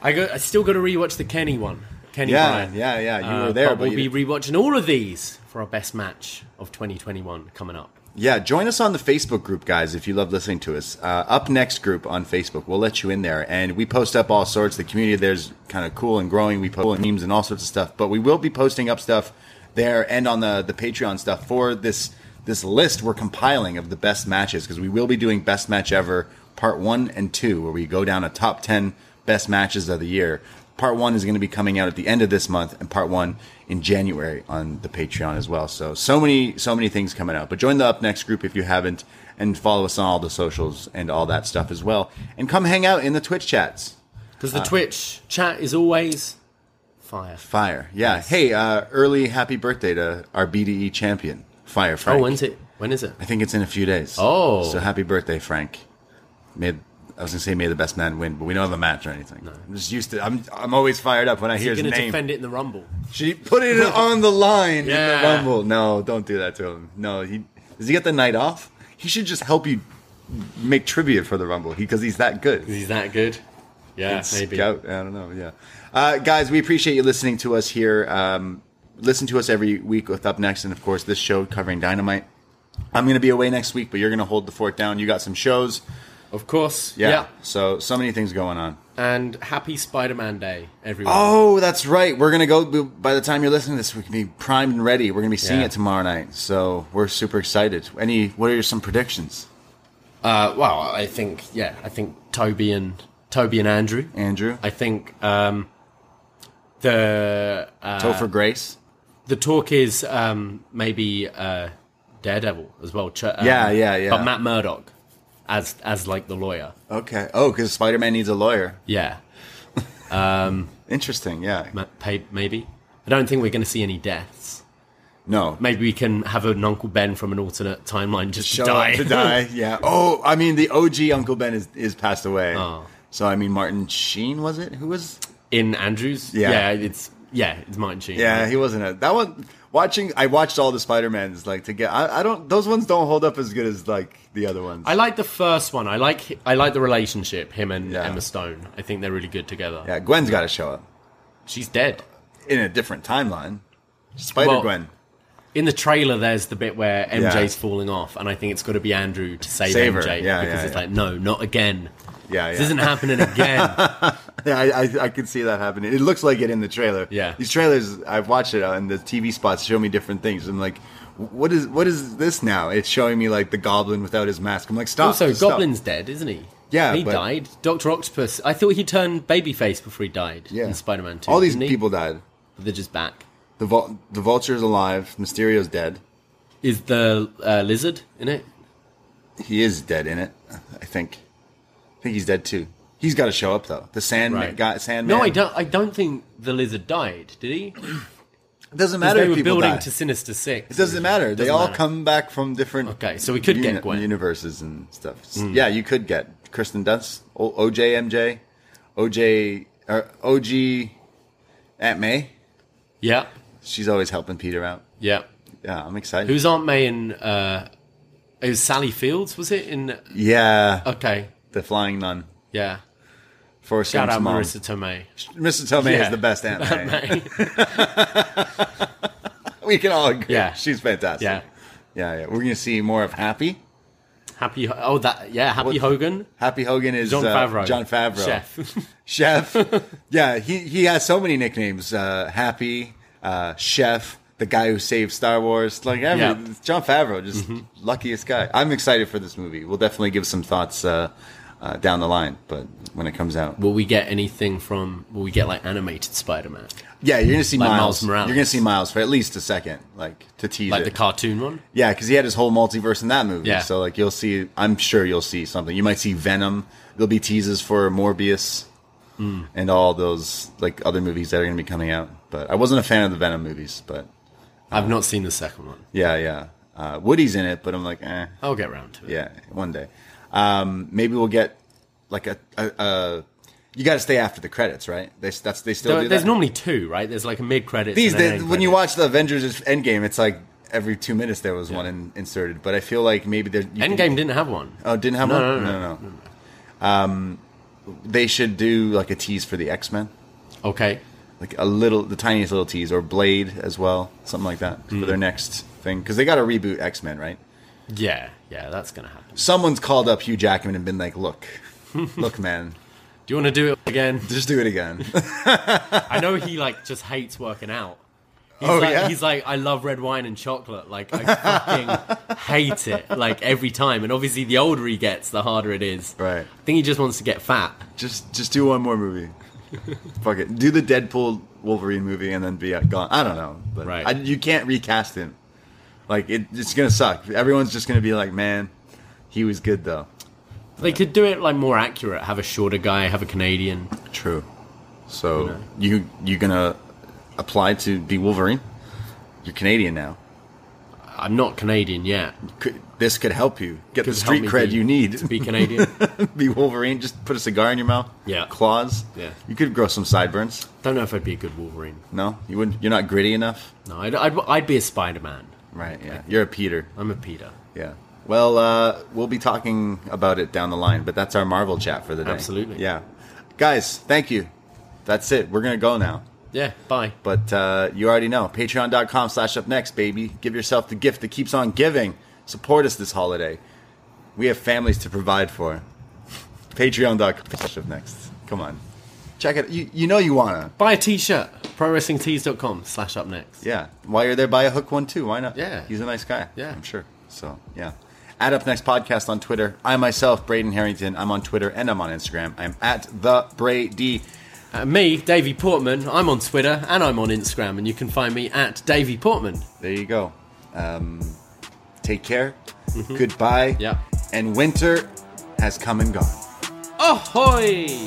I go, I still got to rewatch the Kenny one. Kenny yeah, Bryan. yeah, yeah. You Uh, were there, but but, we'll you- be rewatching all of these for our best match of 2021 coming up. Yeah, join us on the Facebook group, guys, if you love listening to us. Uh, up Next group on Facebook. We'll let you in there. And we post up all sorts. The community there's kind of cool and growing. We post memes and all sorts of stuff. But we will be posting up stuff there and on the, the Patreon stuff for this this list we're compiling of the best matches because we will be doing Best Match Ever Part 1 and 2, where we go down a top 10 best matches of the year. Part one is going to be coming out at the end of this month, and part one in January on the Patreon as well. So, so many, so many things coming out. But join the Up Next group if you haven't, and follow us on all the socials and all that stuff as well. And come hang out in the Twitch chats. Because Ah. the Twitch chat is always fire. Fire, yeah. Hey, uh, early happy birthday to our BDE champion, Fire Frank. Oh, when's it? When is it? I think it's in a few days. Oh. so happy birthday, Frank! Made I was gonna say may the best man win, but we don't have a match or anything. I'm just used to. I'm I'm always fired up when I hear You're his going to name. defend it in the Rumble. she put it on the line in Yeah. the rumble. No, don't do that to him. No, he does he get the night off? He should just help you make tribute for the rumble because he's that good. Is that good? Yeah, maybe. Scout. I don't know. Yeah, uh, guys, we appreciate you listening to us here. Um, listen to us every week with Up Next, and of course, this show covering Dynamite. I'm going to be away next week, but you're going to hold the fort down. You got some shows, Of course. yeah. Yeah. So so many things going on. And happy Spider-Man Day, everyone. Oh, that's right. We're going to go. By the time you're listening to this, we can be primed and ready. We're going to be seeing Yeah. it tomorrow night, so we're super excited. Any? What are some predictions, Uh, well, I think yeah, I think Toby and Toby and Andrew. Andrew? I think um, the uh, Topher Grace. the talk is um, maybe uh, Daredevil as well. Ch- um, Yeah, yeah, yeah. But Matt Murdock as as like the lawyer. Okay. Oh, because Spider Man needs a lawyer. Yeah, Interesting. Yeah. Ma- pay- maybe. I don't think we're going to see any deaths. No. Maybe we can have an Uncle Ben from an alternate timeline just show to die. up to die. Yeah. Oh, I mean, the OG Uncle Ben is, is passed away. Oh. So I mean, Martin Sheen was it? Who was? In Andrews, Yeah. it's yeah, it's Martin Sheen. Yeah, he wasn't a that one. Watching, I watched all the Spider Mans like to get. I, I don't. Those ones don't hold up as good as like the other ones. I like the first one. I like I like the relationship him and Yeah. Emma Stone. I think they're really good together. yeah, Gwen's got to show up She's dead. in a different timeline. Spider Well, Gwen, In the trailer, there's the bit where MJ's Yeah. falling off, and I think it's got to be Andrew to save, Save her. MJ Yeah, because yeah, it's yeah. like no, not again. yeah, This yeah, isn't happening again. yeah. I, I, I can see that happening. It looks like it in the trailer. Yeah. these trailers I've watched it and the TV spots show me different things. I'm like, what is what is this now? It's showing me like the Goblin without his mask. I'm like, stop. also, just stop. Goblin's dead, isn't he? Yeah, he but- died. Doctor Octopus. I thought he turned babyface before he died. Yeah. in Spider-Man Two. All these didn't he? people died. they're just back. The vul- the vulture's alive. Mysterio's dead. Is the uh, lizard in it? He is dead in it. I think. I think he's dead too. He's got to show up though. The Sandman Right. guy. Sandman. No, I don't. I don't think the lizard died. Did he? It doesn't matter. They if were people building die. to Sinister Six. It doesn't matter. they Doesn't all matter. come back from different. Okay, so we could get Gwen. Hmm. universes and stuff. S- Yeah, you could get Kristen Dunst, o- OJ MJ, OJ or OG er, Aunt May. Yeah, She's always helping Peter out. yeah. Yeah, I'm excited. Who's Aunt May in? Uh, it was Sally Fields, was it? In yeah, okay, the flying nun yeah. for Shout Sam's out mom. Marissa Tomei. Mr. Tomei Yeah. is the best Aunt May. May. We can all agree. Yeah. She's fantastic. yeah, Yeah, yeah. We're going to see more of Happy. Happy. Ho- Oh, that yeah, Happy What- Hogan, Happy Hogan is John uh, Favreau, John Favreau. chef. Chef. yeah, he, he has so many nicknames uh, Happy, uh, Chef, the guy who saved Star Wars. Like, every, Yeah. Mm-hmm. John Favreau, just luckiest guy. I'm excited for this movie. We'll definitely give some thoughts uh, uh, down the line, but when it comes out. will we get anything from? Will we get like animated Spider Man, Yeah, you're going to see Like Miles. Miles Morales. You're going to see Miles for at least a second, like, to tease like it. Uh-huh. the cartoon one? Yeah, because he had his whole multiverse in that movie. Yeah. So like you'll see, I'm sure you'll see something. You might see Venom. There'll be teases for Morbius Hmm. and all those like other movies that are going to be coming out. But I wasn't a fan of the Venom movies. But I've not seen the second one. yeah, yeah, uh, Woody's in it, but I'm like, eh, I'll get round to it. yeah, one day. Um, maybe we'll get like a. a, a you got to stay after the credits, right? They, that's they still There- do there's that? normally two, right? There's like a mid credit. These days, when you watch the Avengers Endgame, it's like every two minutes there was one in, inserted. But I feel like maybe there. you can- Endgame didn't have one. Oh, didn't have No, one. no, no, Um, they should do like a tease for the X Men, Okay, like a little, the tiniest little tease, or Blade as well, something like that for Hmm. their next thing, because they got to reboot X Men, right? yeah, yeah, that's gonna happen. Someone's called up Hugh Jackman and been like, "Look, look, man, Do you want to do it again? just do it again." I know he like just hates working out. He's Oh, like, yeah? he's like, I love red wine and chocolate. Like, I fucking hate it. Like every time. And obviously, the older he gets, the harder it is. Right. I think he just wants to get fat. Just just do one more movie. Fuck it. Do the Deadpool Wolverine movie and then be uh, gone. I don't know, but Right. I, you can't recast him. Like it, it's gonna suck. Everyone's just gonna be like, man, he was good though. They could do it like more accurate. Have a shorter guy. Have a Canadian. True. So you you gonna apply to be Wolverine? You're Canadian now. I'm not Canadian yet. Could, this could help you get the Could street help me cred be- you need. to be Canadian. be Wolverine. Just put a cigar in your mouth. Yeah. Claws. Yeah. You could grow some sideburns. Don't know if I'd be a good Wolverine. No, you wouldn't. You're not gritty enough. No, I'd, I'd, I'd be a Spider Man. Right. Yeah. You're a Peter. I'm a Peter. Yeah. Well, uh, we'll be talking about it down the line, but that's our Marvel chat for the day. Absolutely. Yeah. Guys, thank you. That's it. We're gonna go now. Yeah, bye. But uh, you already know. Patreon.com slash up next, baby. Give yourself the gift that keeps on giving. Support us this holiday. We have families to provide for. Patreon.com slash up next. Come on. Check it. You, you know you wanna. Buy a t shirt. ProWrestlingTees.com slash up next. Yeah. While you're there, buy a hook one too. Why not? Yeah. He's a nice guy. Yeah. I'm sure. So, yeah. At Up Next Podcast on Twitter. I myself, Braden Harrington, I'm on Twitter and I'm on Instagram. I'm at the Brady. Uh, me, Davey Portman, I'm on Twitter and I'm on Instagram, and you can find me at Davey Portman. There you go. Um, take care. Goodbye. Yeah. And winter has come and gone. Ahoy!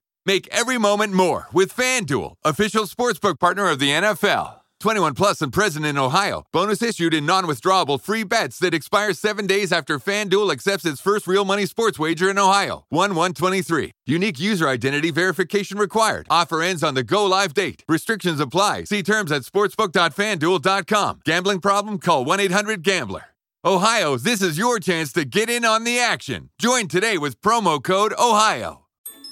Make every moment more with FanDuel, official sportsbook partner of the NFL. 21 plus and present in Ohio. Bonus issued in non-withdrawable free bets that expire seven days after FanDuel accepts its first real money sports wager in Ohio. 1-123. Unique user identity verification required. Offer ends on the go live date. Restrictions apply. See terms at sportsbook.fanduel.com. Gambling problem? Call 1-800-GAMBLER. Ohio, this is your chance to get in on the action. Join today with promo code OHIO.